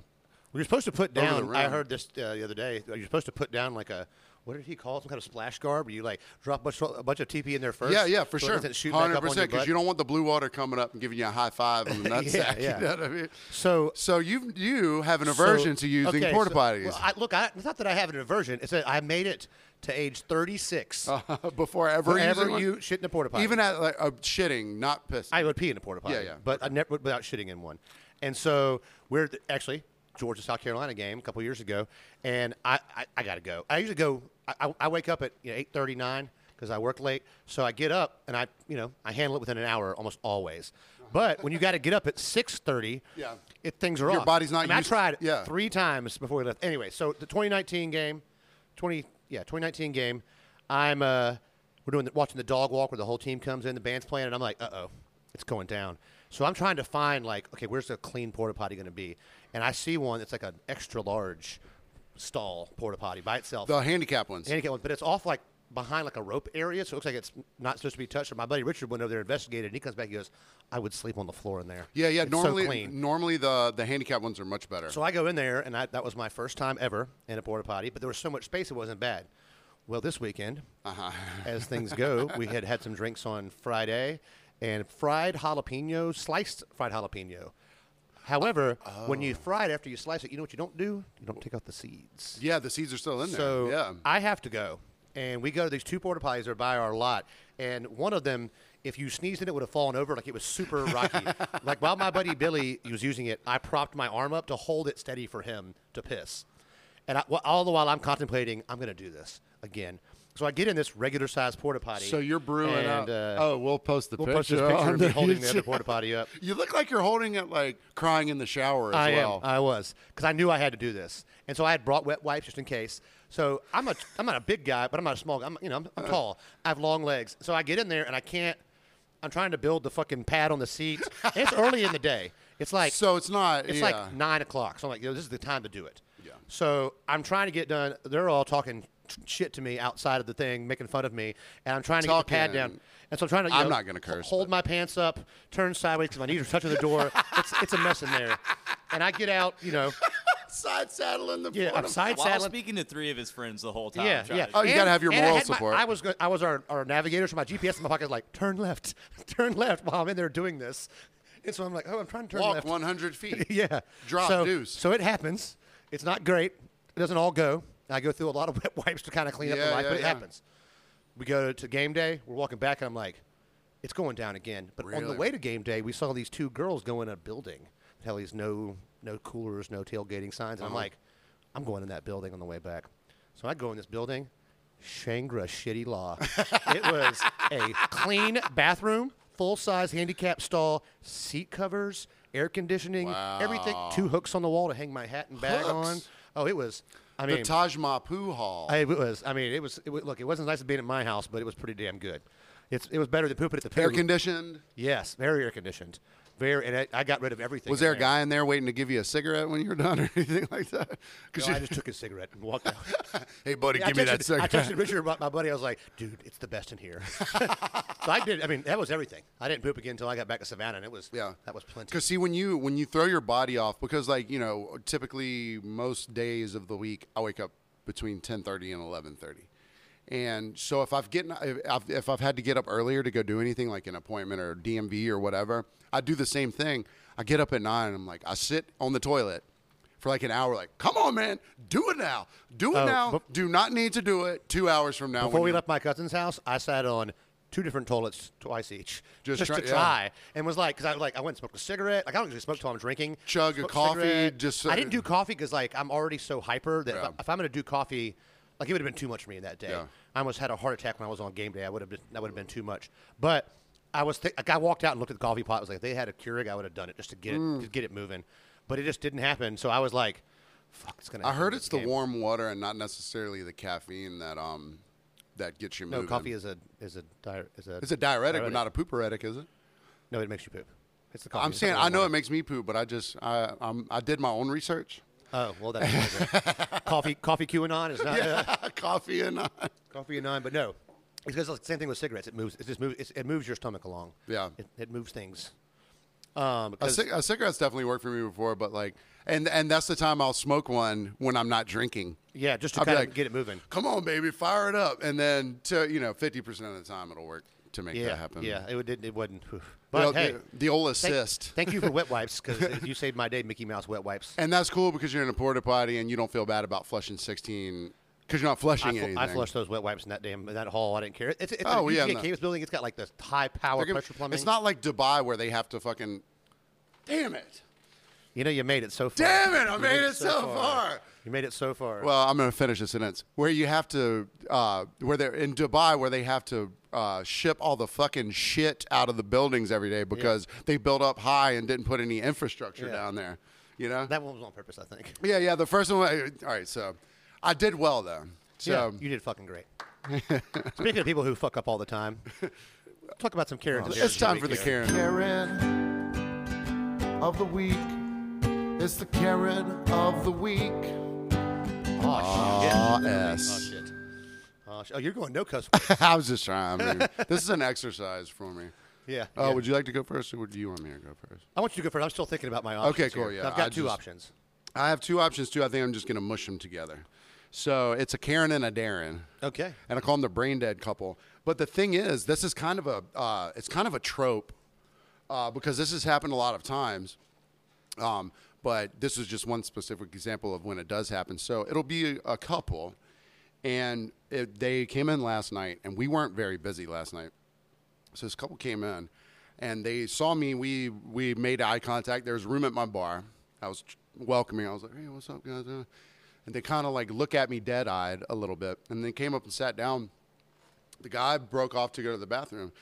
We were supposed to put
Over the
down. I
rim.
heard this uh, the other day. You're supposed to put down like a what did he call it? Some kind of splash guard where you like drop a bunch, a bunch of TP in there first.
yeah, yeah, for
so it
sure,
doesn't shoot back up on your
because
butt.
you don't want the blue water coming up and giving you a high five on the nutsack.
Yeah, yeah.
You know what I mean?
So
So you you have an aversion
So-
to using
okay,
porta
so-
potties
well, I, look, I, it's not that I have an aversion. It's that I made it to age 36.
before ever Uh, using
whenever
one?
you shit in a porta potty,
even at like uh, shitting, not pissing.
I would pee in a porta potty.
Yeah, yeah.
But I never without shitting in one. And so we're th- actually Georgia South Carolina game a couple years ago, and I I, I got to go. I usually go I, I, I wake up at you know, eight thirty nine because I work late. So I get up and I you know I handle it within an hour almost always. But when you got to get up at six thirty,
Yeah.
it things are
Your
off.
body's not
I, mean,
used-
I tried
yeah.
three times before we left. Anyway, so the twenty nineteen game, twenty yeah twenty nineteen game, I'm uh we're doing the, watching the dog walk where the whole team comes in, the band's playing, and I'm like uh oh, it's going down. So I'm trying to find like okay, where's the clean porta potty going to be? And I see one that's like an extra large stall porta potty by itself
The handicap ones.
handicap one, but it's off like behind like a rope area, so it looks like it's not supposed to be touched. And my buddy Richard went over there, investigated, and he comes back. He goes, "I would sleep on the floor in there."
yeah, yeah.
It's so
normally,
clean.
normally the the handicap ones are much better.
So I go in there, and I, that was my first time ever in a porta potty. But there was so much space, it wasn't bad. Well, this weekend, as things go, we had had some drinks on Friday, and fried jalapeno, sliced fried jalapeno. However, when you fry it after you slice it, you know what you don't do? You don't take out the seeds.
yeah, the seeds are still in there.
So
yeah.
I have to go. And we go to these two porta potties that are by our lot. And one of them, if you sneezed in it, would have fallen over. Like it was super rocky. like while my buddy Billy was using it, I propped my arm up to hold it steady for him to piss. And I, wh- all the while I'm contemplating, I'm going to do this again. So I get in this regular sized porta potty.
so you're brewing
and,
up.
Uh,
oh, we'll post the
we'll
picture.
post this picture
on
of me
the
holding the other
YouTube.
porta potty up.
You look like you're holding it like crying in the shower as
I
well.
am. I was because I knew I had to do this, and so I had brought wet wipes just in case. So I'm a I'm not a big guy, but I'm not a small guy. I'm you know I'm,
Uh-huh.
I'm tall. I have long legs, so I get in there and I can't. I'm trying to build the fucking pad on the seat. And it's early in the day. It's like
so it's not.
it's
yeah.
like nine o'clock. So I'm like, yo, this is the time to do it.
Yeah.
So I'm trying to get done. They're all talking t- shit to me outside of the thing, making fun of me, and I'm trying to get the pad
Talking.
down. And so I'm trying to. you
I'm
know,
not gonna
h-
curse,
Hold
but-
my pants up, turn sideways because my knees are touching the door. it's it's a mess in there, and I get out. You know,
side saddling the.
yeah, I'm
bottom.
side
While
saddling.
speaking to three of his friends the whole time.
Yeah,
trying
yeah. Uh,
to-
Oh, you gotta
And-
have your
and
moral
I had my-
support.
I was, go- I was our, our navigator, so my GPS in my pocket is like, turn left, turn left while I'm in there doing this. And so I'm like, oh, I'm trying to turn
Walk
left.
100 feet.
yeah.
Drop
so,
deuce.
So it happens. It's not great. It doesn't all go. I go through a lot of wet wipes to kind of clean up
Yeah,
the life,
yeah,
but it
yeah.
happens. We go to game day. We're walking back, and I'm like, it's going down again. But on the
Really?
way to game day, we saw these two girls go in a building. Hell, these no no coolers, no tailgating signs. And
Uh-huh.
I'm like, I'm going in that building on the way back. So I go in this building, Shangri Shitty Law. it was a clean bathroom, full size handicap stall, seat covers, air conditioning, everything. Two hooks on the wall to hang my hat and bag on.
Hooks?
Oh, it was. I
The
mean,
Taj Mahal Hall.
I- it was. I mean, it was, it was. Look, it wasn't as nice as being at my house, but it was pretty damn good. It's, it was better than pooping at the
air
poo.
conditioned.
Yes, very air conditioned. Very, and I, I got rid of everything.
Was
in
there a guy in there waiting to give you a cigarette when you were done or anything like that? Because
No, I just took his cigarette and walked out.
hey, buddy,
I
give me that
texted- I
cigarette.
texted Richard about my buddy. I was like, "Dude, it's the best in here." so I did. I mean, that was everything. I didn't poop again until I got back to Savannah, and it was
Yeah,
that was plenty.
Because see, when you when you throw your body off, because like you know, typically most days of the week, I wake up between ten thirty and eleven thirty, and so if I've getting if I've, if I've had to get up earlier to go do anything like an appointment or DMV or whatever, I do the same thing. I get up at nine. and I'm like, I sit on the toilet for like an hour. Like, come on, man, do it now, do it
Oh,
now.
bef-
do not need to do it two hours from now.
Before
when
we
you-
left my cousin's house, I sat on two different toilets twice each,
Just
just,
try-
to
yeah.
try, and was like, because I like I went and smoked a cigarette. Like I don't usually smoke till I'm drinking.
Chug a
Smoked
coffee,
cigarette.
just so-
I didn't do coffee because like I'm already so hyper that
Yeah.
if, I, am gonna do coffee, like it would have been too much for me that day.
Yeah.
I almost had a heart attack when I was on game day. I would have been that would have been too much, but. I was th- like, I walked out and looked at the coffee pot. I was like, if they had a Keurig, I would have done it just to get it,
Mm.
to get it moving, but it just didn't happen. So I was like, "Fuck, it's gonna."
I
happen
heard
this
it's the
game.
warm water and not necessarily the caffeine that um that gets you
No,
moving.
coffee is a is a diur- is a
It's a diuretic, but not a pooperetic, is it?
No, it makes you poop. It's the coffee.
I'm
It's
saying
not the
I know it
water.
makes me poop, but I just I um, I did my own research.
Oh well, that's coffee. Coffee QAnon is not uh,
coffee and I.
coffee anon, but no, it's because it's the same thing with cigarettes. It moves. It just moves. It's, it moves your stomach along.
Yeah.
It, it moves things. Um,
A,
because
cig- a cigarette's definitely worked for me before, but like, and and that's the time I'll smoke one when I'm not drinking.
yeah, just to
I'll be
kind of
like,
get it moving.
Come on, baby, fire it up, and then to you know, fifty percent of the time it'll work to make
Yeah,
that happen.
yeah. It would. It, it wouldn't. Oof.
You know,
But hey,
the, the old
thank,
assist.
thank you for wet wipes because you saved my day, Mickey Mouse wet wipes.
And that's cool because you're in a porta potty and you don't feel bad about flushing 16 because you're not flushing
I, fl-
anything.
I flushed those wet wipes in that damn in that hall. I didn't care. It's, it's
Oh,
a
yeah,
UGA
no.
campus building. It's got like the high power
They're gonna-
pressure plumbing.
It's not like Dubai where they have to fucking. Damn it.
You know, you made it so far.
Damn it! I
You
made it so far.
You made it so far.
Well, I'm going to finish the sentence. Where you have to, uh, where they're in Dubai, where they have to uh, ship all the fucking shit out of the buildings every day because they built up high and didn't put any infrastructure
Yeah.
down there. You know?
that one was on purpose, I think.
yeah, yeah. The first one. All right, so I did well though. So
yeah, you did fucking great. Speaking of people who fuck up all the time, talk about some Karen.
Oh, it's time for the Karen.
Karen of the week. It's the Karen of the week.
Oh,
S.
shit. Oh, sh- oh, you're going no cuss.
I was just trying. Man. this is an exercise for me.
yeah.
Uh,
yeah.
Would you like to go first, or would you want me to go first?
I want you to go first. I'm still thinking about my options.
Okay, cool,
here.
yeah,
I've got
I
two
just-
options.
I have two options too. I think I'm just gonna mush them together. So it's a Karen and a Darren.
Okay.
And I call them the brain dead couple. But the thing is, this is kind of a uh, it's kind of a trope uh, because this has happened a lot of times. Um, but this is just one specific example of when it does happen. So it'll be a couple, and it, they came in last night, and we weren't very busy last night. So this couple came in, and they saw me. We we made eye contact. There was room at my bar. I was welcoming. I was like, "Hey, what's up, guys?" Uh, And they kind of like look at me dead eyed a little bit, and then came up and sat down. The guy broke off to go to the bathroom.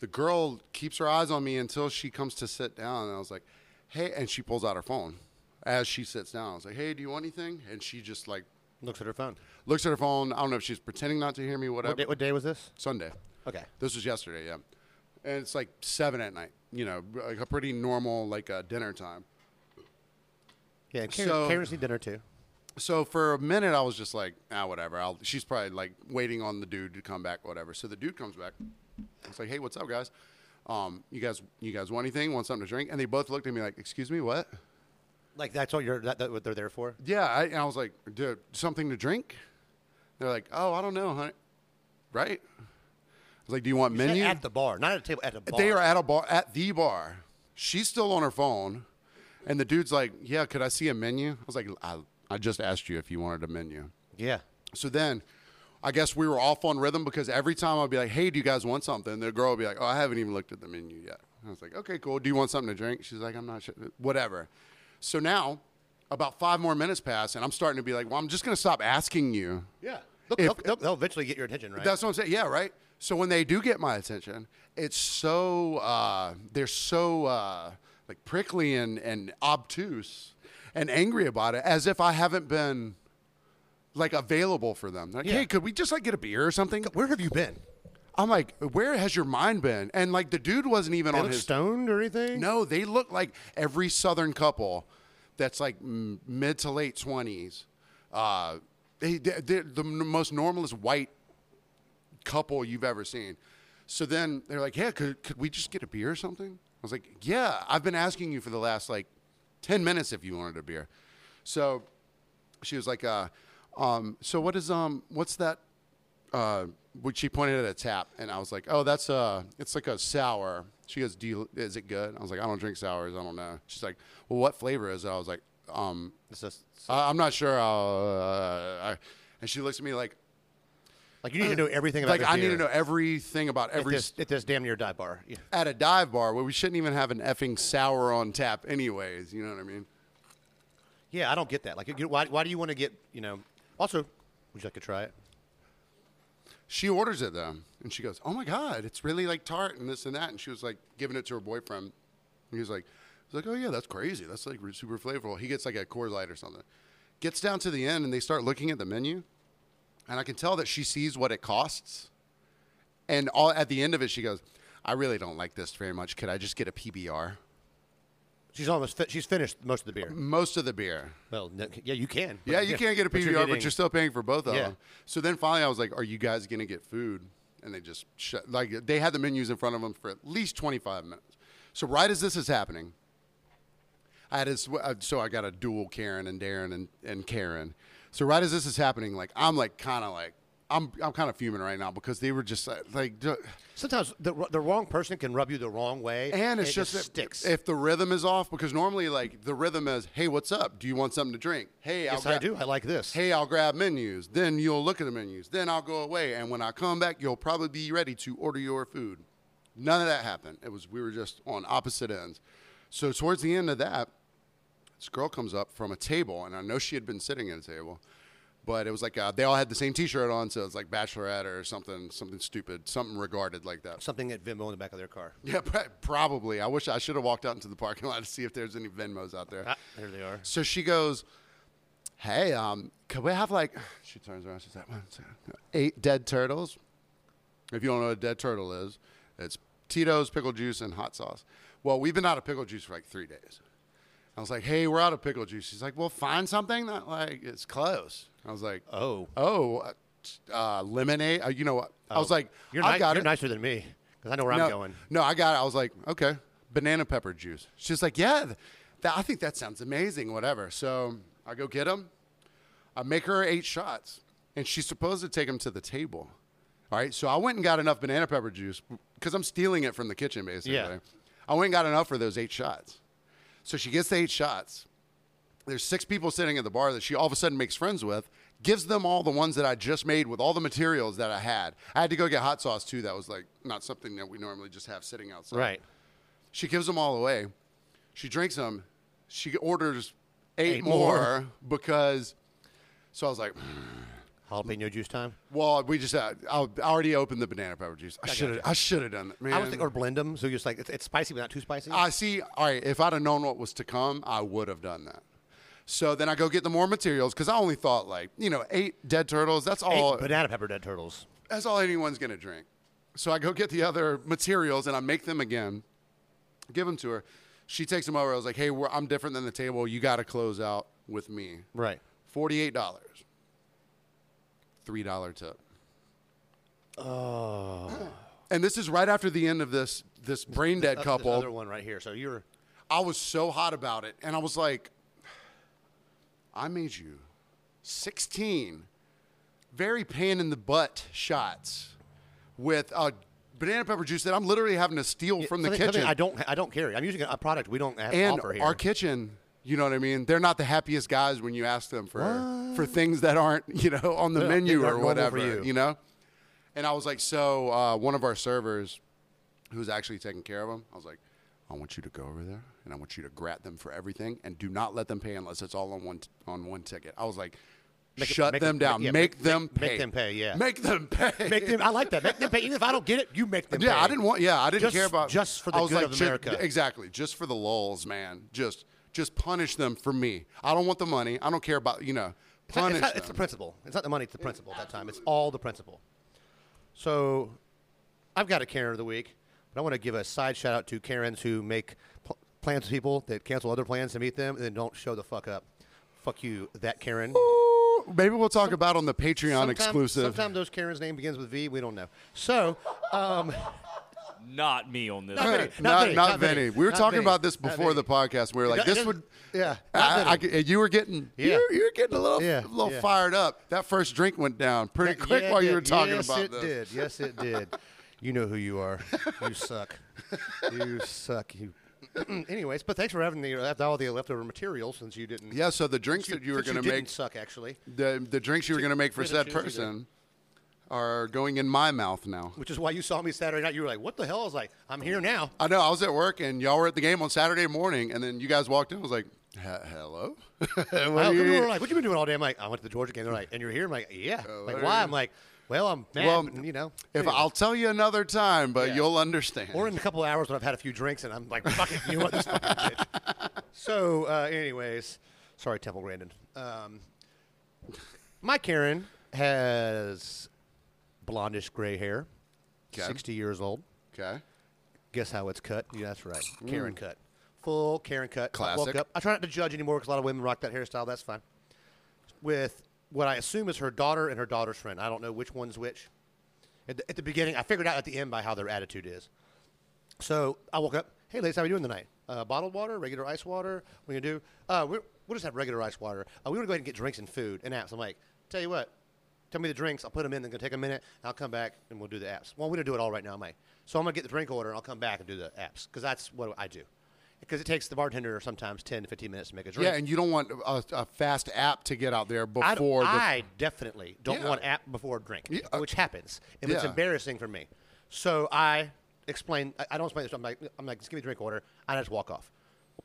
The girl keeps her eyes on me until she comes to sit down, and I was like, "Hey!" And she pulls out her phone as she sits down. I was like, "Hey, do you want anything?" And she just like
Looks at her phone.
looks at her phone. I don't know if she's pretending not to hear me, whatever.
What day, what day was this?
Sunday.
Okay.
This was yesterday, yeah. And it's like seven at night, you know, like a pretty normal like uh, dinner time.
Yeah, and Karen,
So-
Karen's need dinner too.
So for a minute, I was just like, ah, whatever. I'll, she's probably like waiting on the dude to come back, whatever. So the dude comes back. It's like, hey, what's up, guys? Um, you guys, you guys want anything? Want something to drink? And they both looked at me like, excuse me, what?
Like that's all you're that, that what they're there for.
Yeah, I, and I was like, dude, something to drink? They're like, oh, I don't know, honey. Right? I was like, do you want
At-
menu?
at the bar, not at a table, at a bar.
They are at a bar at the bar. She's still on her phone, and the dude's like, "Yeah, could I see a menu?" I was like, "I, I just asked you if you wanted a menu."
yeah.
So then, I guess we were off on rhythm because every time I'd be like, "Hey, do you guys want something?" The girl would be like, "Oh, I haven't even looked at the menu yet." I was like, "Okay, cool. Do you want something to drink?" She's like, "I'm not sure." Whatever. So now, about five more minutes pass, and I'm starting to be like, "Well, I'm just gonna stop asking you."
Yeah. Look,
If-
they'll, they'll, they'll eventually get your attention, right?
That's what I'm saying. Yeah, right. So when they do get my attention, it's so uh, they're so uh, like prickly and, and obtuse and angry about it, as if I haven't been like available for them. Like,
Yeah.
hey, could we just like get a beer or something?
Where have you been?
I'm like, where has your mind been? And like the dude wasn't even
They
on
look
his.
stoned or anything?
No, they look like every Southern couple that's like m- mid to late twenties. Uh, they, they're, they're the n- most normalest white couple you've ever seen. So then they're like, "Yeah, could could we just get a beer or something?" I was like, "Yeah, I've been asking you for the last like ten minutes if you wanted a beer." So she was like, uh, um, "So what is um what's that?" Uh, which she pointed at a tap, and I was like, "Oh, that's uh, it's like a sour." She goes, "Do you, is it good?" I was like, "I don't drink sours. I don't know." She's like, "Well, what flavor is it?" I was like, "Um,
It's just
I, I'm not sure." I'll, uh, I, and she looks at me like,
like you need to know everything about.
Uh, like
this
I need to
beer
know everything about
at
every
this, at this damn near dive bar. Yeah.
at a dive bar where we shouldn't even have an effing sour on tap, anyways. You know what I mean?
Yeah, I don't get that. Like, you- why, why do you want to get you know? Also, would you like to try it?
She orders it though, and she goes, "Oh my god, it's really like tart and this and that." And she was like giving it to her boyfriend, and he was like, "He's like, oh yeah, that's crazy. That's like re- super flavorful." He gets like a Coors Light or something. Gets down to the end, and they start looking at the menu, and I can tell that she sees what it costs, and all at the end of it, she goes, "I really don't like this very much. Could I just get a PBR?"
She's almost fi- she's finished most of the beer.
Most of the beer.
Well, no, yeah, you can.
Mm. Yeah, you can't get a PBR, but you're still paying for both of
Yeah.
them. So then finally, I was like, "Are you guys gonna get food?" And they just shut, like they had the menus in front of them for at least 25 minutes. So right as this is happening, I had a, sw- uh, so I got a dual Karen and Darren and, and Karen. So right as this is happening, like I'm like kind of like I'm I'm kind of fuming right now because they were just like, like d-
Sometimes the, the wrong person can rub you the wrong way,
and it's
it
just, that
sticks.
if the rhythm is off because normally like the rhythm is hey what's up do you want something to drink hey
yes,
I'll
I
gra-
do. I like this.
hey, I'll grab menus. Then you'll look at the menus. Then I'll go away. And when I come back, you'll probably be ready to order your food. None of that happened. It was we were just on opposite ends. So towards the end of that, This girl comes up from a table, and I know she had been sitting at a table, but it was like uh, they all had the same T-shirt on, so it's like bachelorette or something, something stupid, something regarded like that.
Something at Venmo in the back of their car.
Yeah, pro- probably. I wish I should have walked out into the parking lot to see if there's any Venmos out there.
Ah, there they are.
So she goes, "Hey, um, could we have like?" She turns around. She's like, "One, two, eight dead turtles." If you don't know what a dead turtle is, it's Tito's pickle juice and hot sauce. Well, we've been out of pickle juice for like three days. I was like, "Hey, we're out of pickle juice." She's like, "Well, find something that like it's close." I was like,
Oh.
oh, uh, t- uh, lemonade." Uh, you know what? I was like,
You're,
"I
ni-
got
you're
it."
nicer than me because I know where
no,
I'm going.
No, I got it. I was like, okay, banana pepper juice. She's like, yeah, th- that, I think that sounds amazing, whatever. So I go get them. I make her eight shots, and she's supposed to take them to the table. All right, so I went and got enough banana pepper juice because I'm stealing it from the kitchen, basically.
Yeah.
I went and got enough for those eight shots. So she gets the eight shots. There's six people sitting at the bar that she all of a sudden makes friends with, gives them all the ones that I just made with all the materials that I had. I had to go get hot sauce too. That was like not something that we normally just have sitting outside.
Right.
She gives them all away. She drinks them. She orders eight,
Eight
more,
more.
because. So I was like, Mm.
Jalapeno juice time.
well, we just uh, I already opened the banana pepper juice. I should have I should have done that, man.
I was thinking, or blend them. So you're just like, it's, it's spicy, but not too spicy.
I see. All right, if I'd have known what was to come, I would have done that. So then I go get the more materials because I only thought like you know eight dead turtles. That's
Eight
all.
banana pepper dead turtles.
that's all anyone's gonna drink. So I go get the other materials and I make them again, give them to her. She takes them over. I was like, hey, we're, I'm different than the table. You got to close out with me.
Right.
Forty eight dollars. Three dollar tip. Oh. And this is right after the end of this this brain dead
That's
couple.
This other one right here. So you're.
I was so hot about it, and I was like, I made you 16 very pain in the butt shots with a banana pepper juice that I'm literally having to steal from the
something- something
kitchen.
I don't. I don't carry. I'm using a product we don't have
and
offer here.
our kitchen, you know what I mean? They're not the happiest guys when you ask them for for things that aren't you know on the
Yeah,
menu
things
or
aren't normal for
whatever,
you.
know. And I was like, so uh, one of our servers, who's actually taking care of them, I was like, I want you to go over there and I want you to grat them for everything and do not let them pay unless it's all on one t- on one ticket. I was like.
Make it-
Shut
make it-
them down.
yeah,
make,
make-
them
make-
pay.
make them pay, yeah.
Make them pay.
make them. I like that. Make them pay. Even if I don't get it, you make them.
Yeah,
pay.
I didn't want. Yeah, I didn't
Just-
care about
just for the
I was
good
like,
of
ju-
America.
exactly, just for the lulls, man. Just just punish them for me. I don't want the money. I don't care about you know.
It's not-
Punish
it's, not, it's
them.
the principle. It's not the money. It's the principle at that time. It's all the principle. So, I've got a Karen of the week, but I want to give a side shout out to Karens who make pl- plans with people that cancel other plans to meet them and then don't show the fuck up. Fuck you, that Karen.
Ooh, Maybe we'll talk about on the Patreon
Sometime-
exclusive.
Sometimes those Karen's name begins with V. We don't know. So, um,
Not me on this.
Hey,
one.
Vinny,
Eh, not,
not Vinny,
not
not Vinny,
Vinny. We were
not
talking
Vinny,
about this
not
before the
Vinny.
podcast. We were like,
It
this
doesn't-
would.
yeah, not
I, I- you were getting
Yeah.
you, you were getting a little a
Yeah,
little
yeah.
fired up. That first drink went down pretty
Yeah,
quick
it
while you
did.
were talking
yes,
about
it
this.
did. Yes, it did. You know who you are. You suck. you suck. You. Anyways, but thanks for having the after all the leftover material since you didn't.
Yeah, so the drinks that you were
since
going to
didn't
make
suck actually,
the the drinks you were going to make for
Wait,
said
Tuesday.
person are going in my mouth now.
which is why you saw me Saturday night. You were like, "What the hell?" I was like, "I'm here now."
I know I was at work and y'all were at the game on Saturday morning, and then you guys walked in. I was like, "He- "Hello." What
I,
do you-
people were like, "What you been doing all day?" I'm like, "I went to the Georgia game." They're like, "And you're here?" I'm like, "Yeah."
Oh,
like, why? I'm like, "Well, I'm mad,
Well,
but, you know."
if
anyway.
I'll tell you another time, but
Yeah.
you'll understand.
or in a couple of hours when I've had a few drinks and I'm like, fuck it, you know what, this fucking bitch. So, uh, anyways, sorry, Temple Grandin. Um, my Karen has blondish gray hair,
Okay.
60 years old.
okay.
Guess how it's cut? Yeah, that's right. Karen cut. Full Karen cut. I woke
Mm. Classic.
up. I try not to judge anymore because a lot of women rock that hairstyle. That's fine. With what I assume is her daughter and her daughter's friend. I don't know which one's which. At the, at the beginning, I figured out at the end by how their attitude is. So I woke up. Hey, ladies, how are you doing tonight? Uh, bottled water, regular ice water. What are you gonna do? Uh, we're, we'll just have regular ice water. Uh, we want to go ahead and get drinks and food and apps. I'm like, tell you what, tell me the drinks. I'll put them in. They're gonna take a minute. and I'll come back and we'll do the apps. Well, we don't do it all right now, Mike. So I'm gonna get the drink order and I'll come back and do the apps because that's what I do. Because it takes the bartender sometimes 10 to 15 minutes to make a drink.
Yeah, and you don't want a, a fast app to get out there
I, d-
before the.
I definitely don't
Yeah.
want app before drink,
Yeah, uh,
which happens, and it's
yeah.
embarrassing for me. So I explain. I, I don't explain this. I'm like, I'm like, just give me a drink order. I just walk off.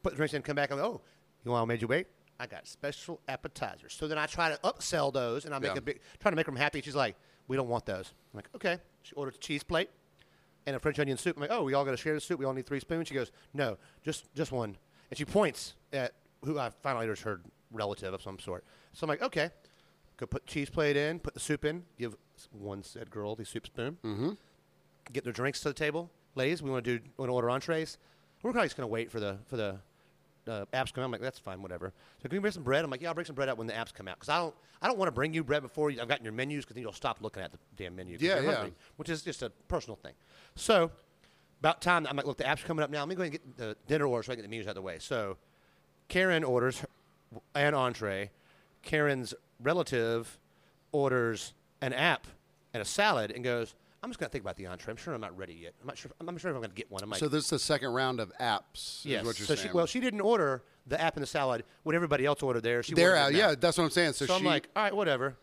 Put the drinks in, come back, and oh, You know why I made you wait? I got special appetizers. So then I try to upsell those, and I make
Yeah.
a big, trying to make them happy. She's like, "We don't want those." I'm like, "Okay." She orders a cheese plate and a French onion soup. I'm like, "Oh, we all got to share the soup. We all need three spoons." She goes, "No, just just one." And she points at who I finally later is her relative of some sort. So I'm like, "Okay." Go put cheese plate in, put the soup in, give s- one said girl the soup spoon. Mm-hmm get their drinks to the table. Ladies, we want to do want to order entrees. We're probably just gonna wait for the for the uh, apps come out. I'm like, that's fine, whatever. So can we bring some bread? I'm like, yeah, I'll bring some bread out when the apps come out because I don't I don't want to bring you bread before you, I've gotten your menus because then you'll stop looking at the damn menu. 'cause
Yeah,
you're
yeah.
hungry, Which is just a personal thing. So about time I'm like, look, the apps are coming up now. Let me go ahead and get the dinner order so I can get the menus out of the way. So Karen orders her- an entree. Karen's relative orders an app and a salad and goes, I'm just going to think about the entree. I'm sure I'm not ready yet. I'm not sure, I'm not sure if I'm going to get one. I'm like,
So this is the second round of apps.
yes.
Is what you're
so
saying.
She, well, she didn't order the app and the salad. What everybody else ordered there. She
they're
ordered
out.
an
Yeah,
app.
that's what I'm saying. So,
So I'm
she,
like, all right, whatever.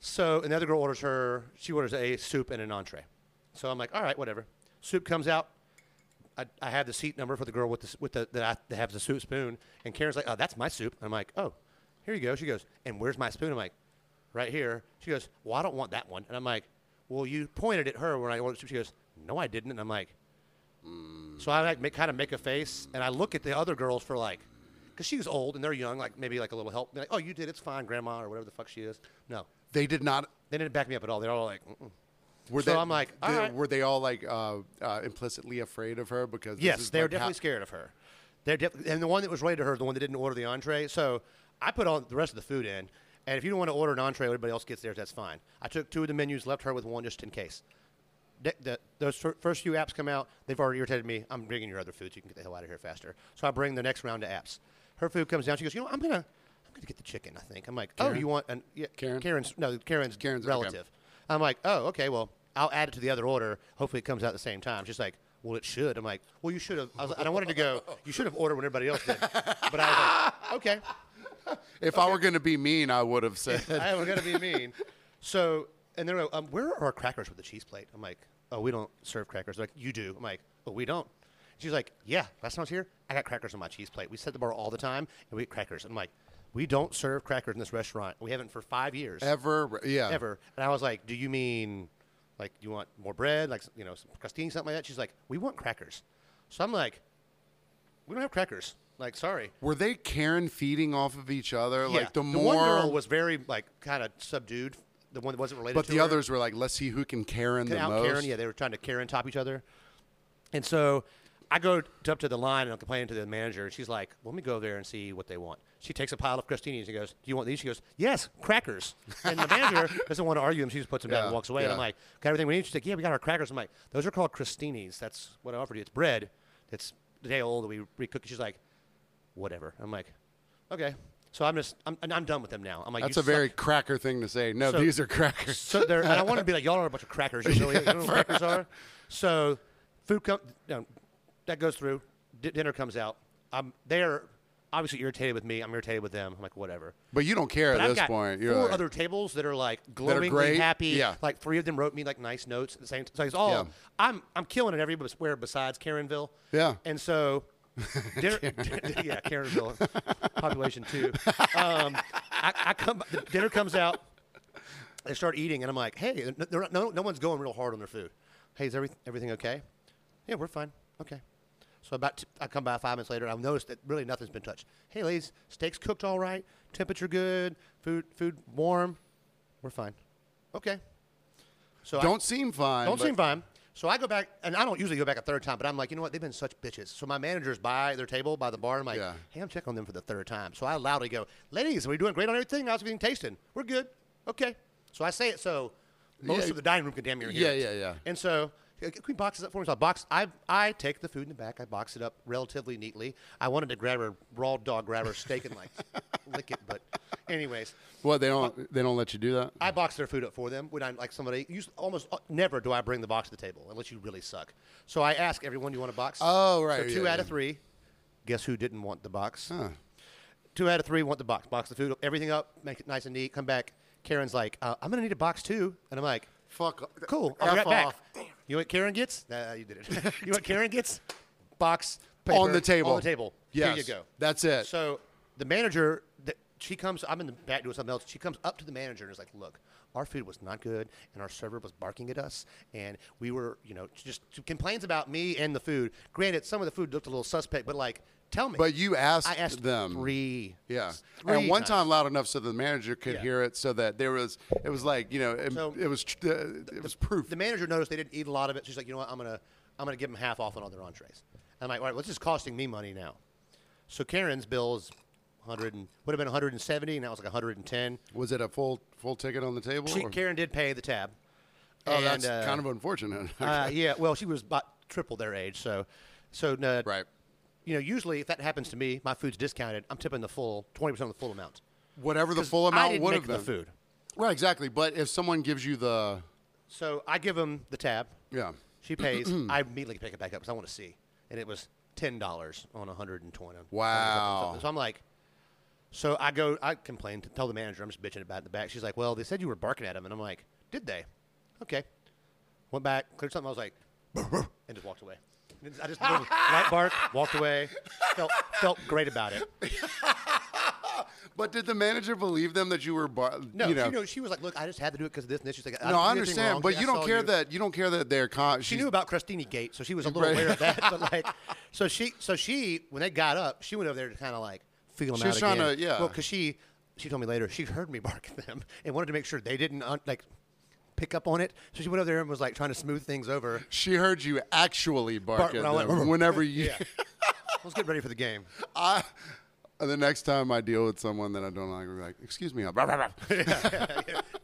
So another girl orders her, she orders a soup and an entree. So I'm like, all right, whatever. Soup comes out. I, I have the seat number for the girl with the, s- with the that, I, that has the soup spoon. And Karen's like, oh, that's my soup. I'm like, oh, here you go. She goes, and where's my spoon? I'm like, right here. She goes, well, I don't want that one. And I'm like, well, you pointed at her when I ordered soup. She goes, no, I didn't. And I'm like, so I like make, kind of make a face, and I look at the other girls for like, because she was old and they're young, like maybe like a little help. They're like, oh, you did, it's fine, grandma or whatever the fuck she is. No,
they did not.
they didn't back me up at all. They're all like, Mm-mm.
Were
So
they,
I'm like,
they-
all right.
were they all like uh, uh, implicitly afraid of her because? this
yes,
is
they were
like
definitely
how-
scared of her. They're def- and the one that was related to her is the one that didn't order the entree. So I put all the rest of the food in, and if you don't want to order an entree, everybody else gets theirs. That's fine. I took two of the menus, left her with one just in case. Th- the- those fir- first few apps come out, they've already irritated me. I'm bringing your other food so you can get the hell out of here faster. So I bring the next round of apps. Her food comes down. She goes, you know, what? I'm gonna, I'm gonna get the chicken. I think. I'm like, oh, you want an yeah,
Karen?
Karen's no, Karen's
Karen's- okay.
relative. I'm like, oh, okay, well, I'll add it to the other order. Hopefully it comes out at the same time. She's like, well, it should. I'm like, well, you should have. I, was, and I wanted to go, you should have ordered when everybody else did. But I was like, okay,
If I were going to be mean, I would have said.
I am going to be mean. So, and they're like, um, where are our crackers with the cheese plate? I'm like, oh, we don't serve crackers. They're like, you do. I'm like, oh, we don't. She's like, yeah, last time I was here, I got crackers on my cheese plate. We set the bar all the time, and we eat crackers. I'm like, we don't serve crackers in this restaurant. We haven't for five years
Ever, yeah,
ever. And I was like, "Do you mean like you want more bread, like you know, some crustini, something like that?" She's like, "We want crackers." So I'm like, "We don't have crackers." Like, sorry.
Were they Karen feeding off of each other?
Yeah.
Like the
the
more,
one girl was very like kind of subdued. The one that wasn't related.
but
to
the
her.
others were like, let's see who can Karen the
out
most.
Karen. Yeah, they were trying to Karen top each other. And so I go t- up to the line and I'm complaining to the manager, and she's like, "Let me go there and see what they want." She takes a pile of crostinis and goes, "Do you want these?" She goes, "Yes, crackers." And the manager doesn't want to argue, and she just puts them down and
Yeah,
walks away. And I'm
yeah.
like, "Got everything we need?" She's like, "Yeah, we got our crackers." I'm like, "Those are called crostinis. That's what I offered you. It's bread. It's the day old that we recook." She's like, "Whatever." I'm like, "Okay." So I'm just I'm, and I'm done with them now. I'm like,
That's
"You
a very
suck."
cracker thing to say. No,
So-
these are crackers.
So there, and I want to be like, y'all are a bunch of crackers. You really, you know what crackers are. So food com- no, that goes through. D- dinner comes out. I'm they're obviously irritated with me. I'm irritated with them. I'm like, whatever.
But you don't care
But
at
I've
this
got
point. You're
four
like,
other tables that are like glowingly
great.
happy.
Yeah.
Like three of them wrote me like nice notes at the same time. So it's all
Yeah.
I'm I'm killing it everywhere besides Karenville.
Yeah.
And so dinner, yeah, Karenville, population two. Um, I, I come the dinner comes out. They start eating, and I'm like, hey, they're- they're not- no, no one's going real hard on their food. Hey, is every, everything okay? Yeah, we're fine. Okay. So about t- I come by five minutes later, and I've noticed that really nothing's been touched. Hey, ladies, steak's cooked all right, temperature good, food food warm, we're fine. Okay. So I-
don't seem fine.
don't
but-
seem fine. So I go back, and I don't usually go back a third time, but I'm like, you know what? They've been such bitches. So my manager's by their table, by the bar. And I'm like,
Yeah.
hey, I'm checking on them for the third time. So I loudly go, ladies, are we doing great on everything? How's everything tasting? We're good. Okay. So I say it so most
Yeah.
of the dining room can damn near hear
Yeah,
it.
yeah, yeah.
And so uh, can we box this up for me? So I box. I I take the food in the back. I box it up relatively neatly. I wanted to grab her raw dog, grab her steak, and like lick it. But anyways,
What they don't they don't let you do that.
I box their food up for them when I'm like somebody. Usually, almost uh, never do I bring the box to the table unless you really suck. So I ask everyone, "You want a box?"
Oh, right,
So two
yeah,
out of
yeah.
three. Guess who didn't want the box? Two out of three want the box. Box the food, everything up, make it nice and neat. Come back. Karen's like, uh, "I'm gonna need a box too," and I'm like,
Fuck.
"Cool, I'll be right
F
back."
off.
You know what Karen gets? Nah, you did it. you know what Karen gets? Box paper,
on the table.
On the table.
Yes,
Here you go.
That's it.
So the manager that she comes i'm in the back doing something else she comes up to the manager and is like look our food was not good and our server was barking at us and we were you know she just she complains about me and the food granted some of the food looked a little suspect but like tell me
But you asked,
i asked
them.
three
Yeah,
three
and one
times.
time loud enough so the manager could
Yeah.
hear it, so that there was it was like you know it,
So-
it was tr- uh, it was proof.
the manager noticed they didn't eat a lot of it. She's like, you know what? I'm gonna I'm gonna give them half off on all their entrees. I'm like, all right, what's this costing me money now? So Karen's bill is 100 and would have been 170, and that was like 110.
was it a full full ticket on the table?
She,
or-
Karen did pay the tab.
oh,
And,
that's
uh,
kind of unfortunate.
uh, yeah. Well, she was about triple their age, so so uh,
right.
You know, usually if that happens to me, my food's discounted. I'm tipping the full 20 percent of the full amount.
Whatever the
'Cause
full
I
amount
didn't
would
make
have
the
been
food.
Right, exactly. But if someone gives you the
So I give them the tab.
yeah,
She pays. I immediately pick it back up because I want to see. And it was ten dollars on a hundred and twenty.
Wow.
So I'm like, so I go, I complain to tell the manager I'm just bitching about it in the back. She's like, well, they said you were barking at him, and I'm like, did they? Okay. Went back, cleared something. I was like, and just walked away. And I just literally light bark, walked away. Felt felt great about it.
but did the manager believe them that you were bar-
No,
you
she,
know,
knew- she was like, look, I just had to do it because of this. And this. She's like,
no,
didn't
I
do anything
understand,
wrong.
but
I
you don't
saw
care
you.
that you don't care that they're con-
she knew about Christini Gate, so she was a little
Right.
aware of that. But like, so she, so she, when they got up, she went over there to kind of like feel them
She
out
was trying
again.
to- yeah.
Well, because she, she told me later she heard me bark at them and wanted to make sure they didn't un, like pick up on it. So she went over there and was like trying to smooth things over.
She heard you actually bark
Bark
at
when I went,
them whenever you.
Yeah. Let's get ready for the game.
I, the next time I deal with someone that I don't like, I'm like, excuse me, I'll blah, blah, blah."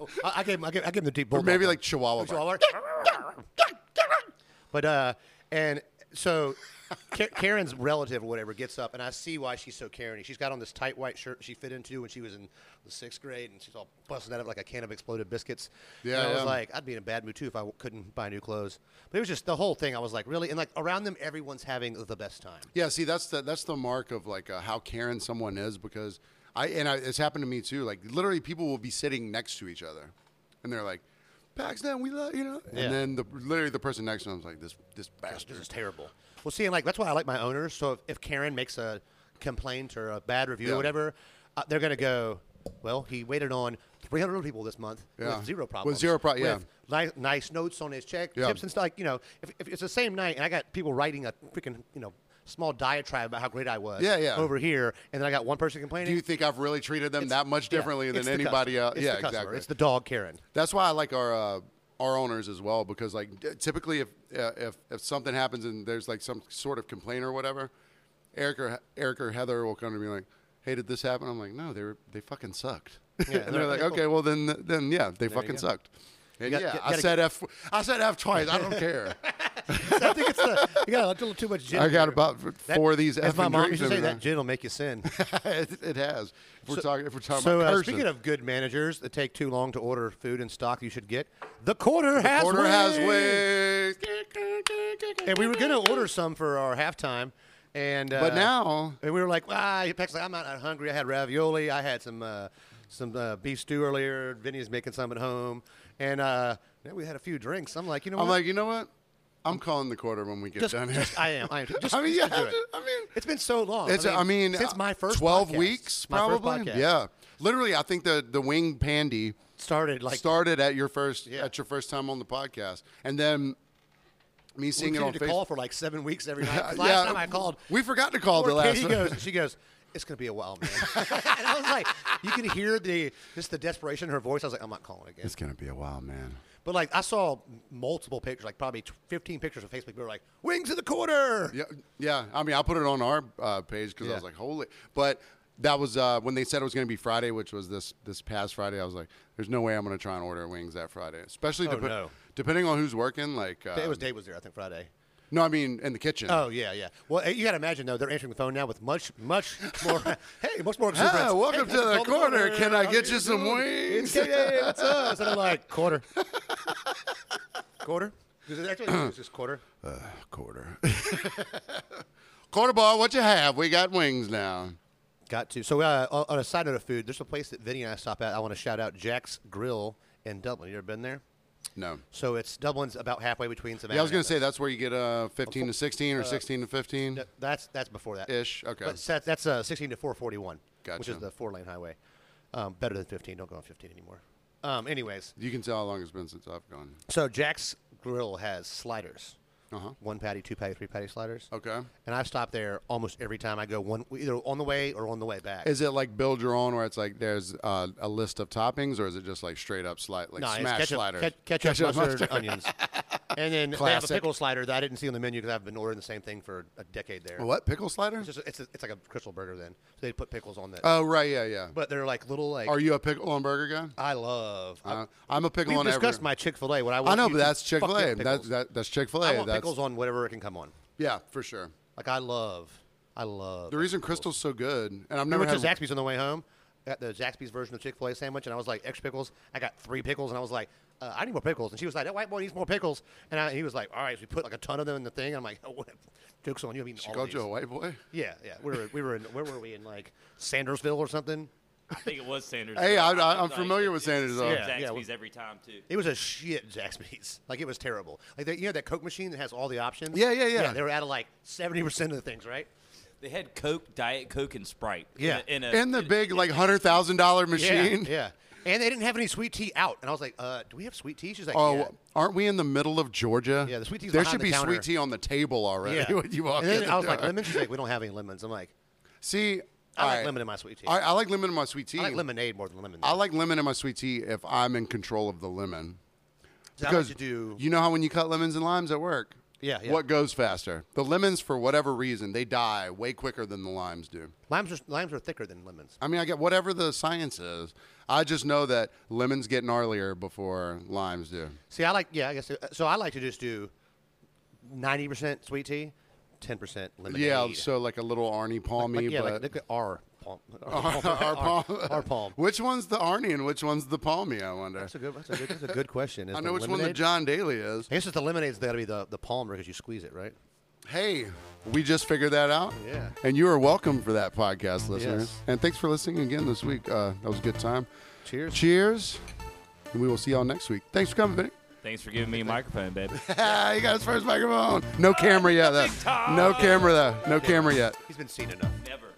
Oh, I, I gave him, I gave, I gave him the deep
or
bulldog.
maybe
one.
like Chihuahua.
So I
bark.
work- but uh, and so Ka- Karen's relative or whatever gets up, and I see why she's so Karen. She's got on this tight white shirt she fit into when she was in the sixth grade, and she's all busting out of like a can of exploded biscuits.
Yeah,
and I was
yeah.
like, I'd be in a bad mood too if I w- couldn't buy new clothes. But it was just the whole thing. I was like, really, and like around them, everyone's having the best time.
Yeah, see, that's the that's the mark of like uh, how Karen someone is because I and I, it's happened to me too. Like literally, people will be sitting next to each other, and they're like, "Pakistan, we love you know."
Yeah.
And then the literally the person next to them is like, "This this bastard."
This is terrible. Well, see, and like that's why I like my owners. So if, if Karen makes a complaint or a bad review
Yeah.
or whatever, uh, they're gonna go. Well, he waited on 300 people this month
Yeah.
with zero
With
problems.
zero pro- yeah.
With ni- nice notes on his check,
Yeah.
tips and stuff. Like you know, if, if it's the same night and I got people writing a freaking you know small diatribe about how great I was.
Yeah, yeah.
Over here, and then I got one person complaining.
Do you think I've really treated them that much
Yeah,
differently
it's
than
the
anybody
customer.
else?
It's
yeah,
the customer.
exactly.
It's the dog, Karen.
That's why I like our uh, our owners as well because like d- typically if uh, if if something happens and there's like some sort of complaint or whatever, Eric or Eric or Heather will come to me like, "Hey, did this happen?" I'm like, "No, they were they fucking sucked."
Yeah,
and they're like,
cool.
"Okay, well then then yeah, they fucking sucked." And
got-
yeah,
get-
I
gotta-
said F. I said F twice. I don't care.
I think it's the you got a little too much. Gin
I
in
got
there.
about f- four of these
As my
effing
mom
drinks
used to say,
in me.
that gin will make you sin.
it, it has. If we're talking, if we're talking
So
about
uh,
cursing,
speaking of good managers that take too long to order food and stock you should get, the quarter has
order
wings.
has ways.
And we were going to order some for our halftime, and uh,
But now-
and we were like, ah, Peck's like, I'm not that hungry. I had ravioli. I had some uh, some uh, beef stew earlier. Vinny's making some at home, and uh, yeah, we had a few drinks. I'm like, you know,
I'm
what?
like, you know what? I'm calling the quarter when we get
just,
done here.
just- I am. I am. Just,
I mean, you
just to do
have
it.
to- I mean-
it's been so long.
It's, I mean,
since
uh,
my first
twelve
podcast-
weeks,
my first
probably.
podcast
yeah, literally, I think the the wing pandy
started like
started at your first
Yeah.
at your first time on the podcast, and then me seeing it on
to call
Facebook.
for like seven weeks every night. 'Cause Last time I called,
we forgot to call the
poor
last.
Katie goes, she goes, "It's gonna be a while, man." and I was like, you can hear the just the desperation in her voice. I was like, "I'm not calling again."
it's gonna be a while, man.
But like, I saw multiple pictures, like probably tw- 15 pictures of Facebook. People were like, "Wings of the quarter."
Yeah, yeah. I mean, I put it on our uh, page because I
Yeah.
was like, holy. But that was uh, when they said it was going to be Friday, which was this this past Friday. I was like, there's no way I'm going to try and order wings that Friday, especially
Oh,
depe-
no.
depending on who's working. Like, uh,
It was Dave was there, I think, Friday.
no, I mean in the kitchen.
Oh yeah, yeah. Well, eh, you got to imagine though, they're answering the phone now with much, much more. hey, much more exuberance.
Hi, Ah, welcome
Hey,
to the
call
corner. Can I
How
get you some
doing?
wings?
It's KK. What's up? So they're like quarter, quarter. Is it actually it's just quarter?
Uh, Quarter. Quarter bar, what you have? We got wings now.
Got to. So uh, on- on a side note of food, there's a place that Vinny and I stop at. I want to shout out Jack's Grill in Dublin. You ever been there?
No.
So it's Dublin's about halfway between Savannah.
Yeah, I was
and
gonna say that's where you get uh, 15 to 16 or 16 to 15.
Th- That's that's before that.
Ish, okay.
But that's that's uh, 16 to 441, which
Gotcha.
is the four lane highway. Um, better than 15. Don't go on 15 anymore. Um, anyways,
You can tell how long it's been since I've gone.
so Jack's Grill has sliders.
Uh-huh.
One patty, two patty, three patty sliders.
Okay.
And I've stopped there almost every time I go one either on the way or on the way back.
Is it like build your own, where it's like there's uh, a list of toppings, or is it just like straight up slide, like
No, it's
smash
ketchup,
sliders?
ke- ketchup, mustard, onions. And then they have a
Classic.
pickle slider that I didn't see on the menu because I've been ordering the same thing for a decade there.
What pickle
It's,
sliders?
just, it's, a, it's like a crystal burger then. So they put pickles on that.
Oh right, yeah, yeah.
but they're like little like.
Are you a pickle and burger guy?
I love. I-
Uh, I'm a pickle
We've
on
discussed
every.
my Chick Fil A. What I
I
want
know,
you
but
to-
that's Chick
fuck
Fil A.
your
That,
pickles.
that, that's Chick Fil
I
A.
want
That's
pickles on whatever it can come on.
yeah, for sure.
Like I love, I love.
The reason Crystal's so good, and I've
I
never
went to
had.
Zaxby's on the way home. I got the Zaxby's version of Chick Fil A sandwich, and I was like, extra pickles. I got three pickles, and I was like, uh, I need more pickles. And she was like, that white boy needs more pickles. And, I, he was like, all right. So we put like a ton of them in the thing. I'm like, oh, what? jokes on you. I mean,
She called you a white boy.
Yeah, yeah. We were we were in where were we in like Sandersville or something?
I think it was Sanders.
Hey, I- I- I'm
Like,
familiar
it-
with
it's
Sanders, though.
Yeah, yeah.
Zaxby's every time too.
It was a shit Zaxby's. Like it was terrible. Like they, you know that Coke machine that has all the options.
Yeah, yeah, yeah.
Yeah, they were out of like seventy percent of the things, right?
They had Coke, Diet Coke, and Sprite.
Yeah.
in, a, in a-
In the
in a-
big like hundred thousand dollar machine.
Yeah, yeah. And they didn't have any sweet tea out. And I was like, uh, do we have sweet tea? She's like,
Oh,
yeah.
aren't we in the middle of Georgia?
Yeah, the sweet tea's
There
behind
should
the
be
counter.
sweet tea on the table already
Yeah.
when you walk
and then
in.
I was
the
like,
door.
lemon? She's like, we don't have any lemons. I'm like,
See,
I like
alright.
lemon in my sweet tea.
I, I like lemon in my sweet tea.
I like lemonade more than lemon.
I like lemon in my sweet tea if I'm in control of the lemon.
So I like to do-
you know how when you cut lemons and limes at work,
Yeah, yeah.
what goes faster? The lemons, for whatever reason, they die way quicker than the limes do.
limes are limes are thicker than lemons.
I mean, I get whatever the science is. I just know that lemons get gnarlier before limes do.
See, I like yeah, I guess uh, so. I like to just do ninety percent sweet tea, ten percent lemonade.
Yeah, so like a little Arnie palmy,
like, yeah,
but
like look at our palm,
Our- our palm.
our palm.
Which one's the Arnie and which one's the palmy? I wonder.
That's a good. That's a good. That's a good question. Is
I
the
know which one
lemonade-
the John Daly is.
I guess it's the lemonade's got to be the the palm because you squeeze it, right?
Hey, we just figured that out.
Yeah.
And you are welcome for that podcast, listeners.
Yes.
And thanks for listening again this week. Uh, that was a good time.
Cheers.
Cheers. And we will see y'all next week. Thanks for coming, Vinny.
Thanks for giving me a microphone, baby.
Ah, you got his first microphone. No camera yet, though. No camera, though. No camera yet.
He's been seen enough.
Never.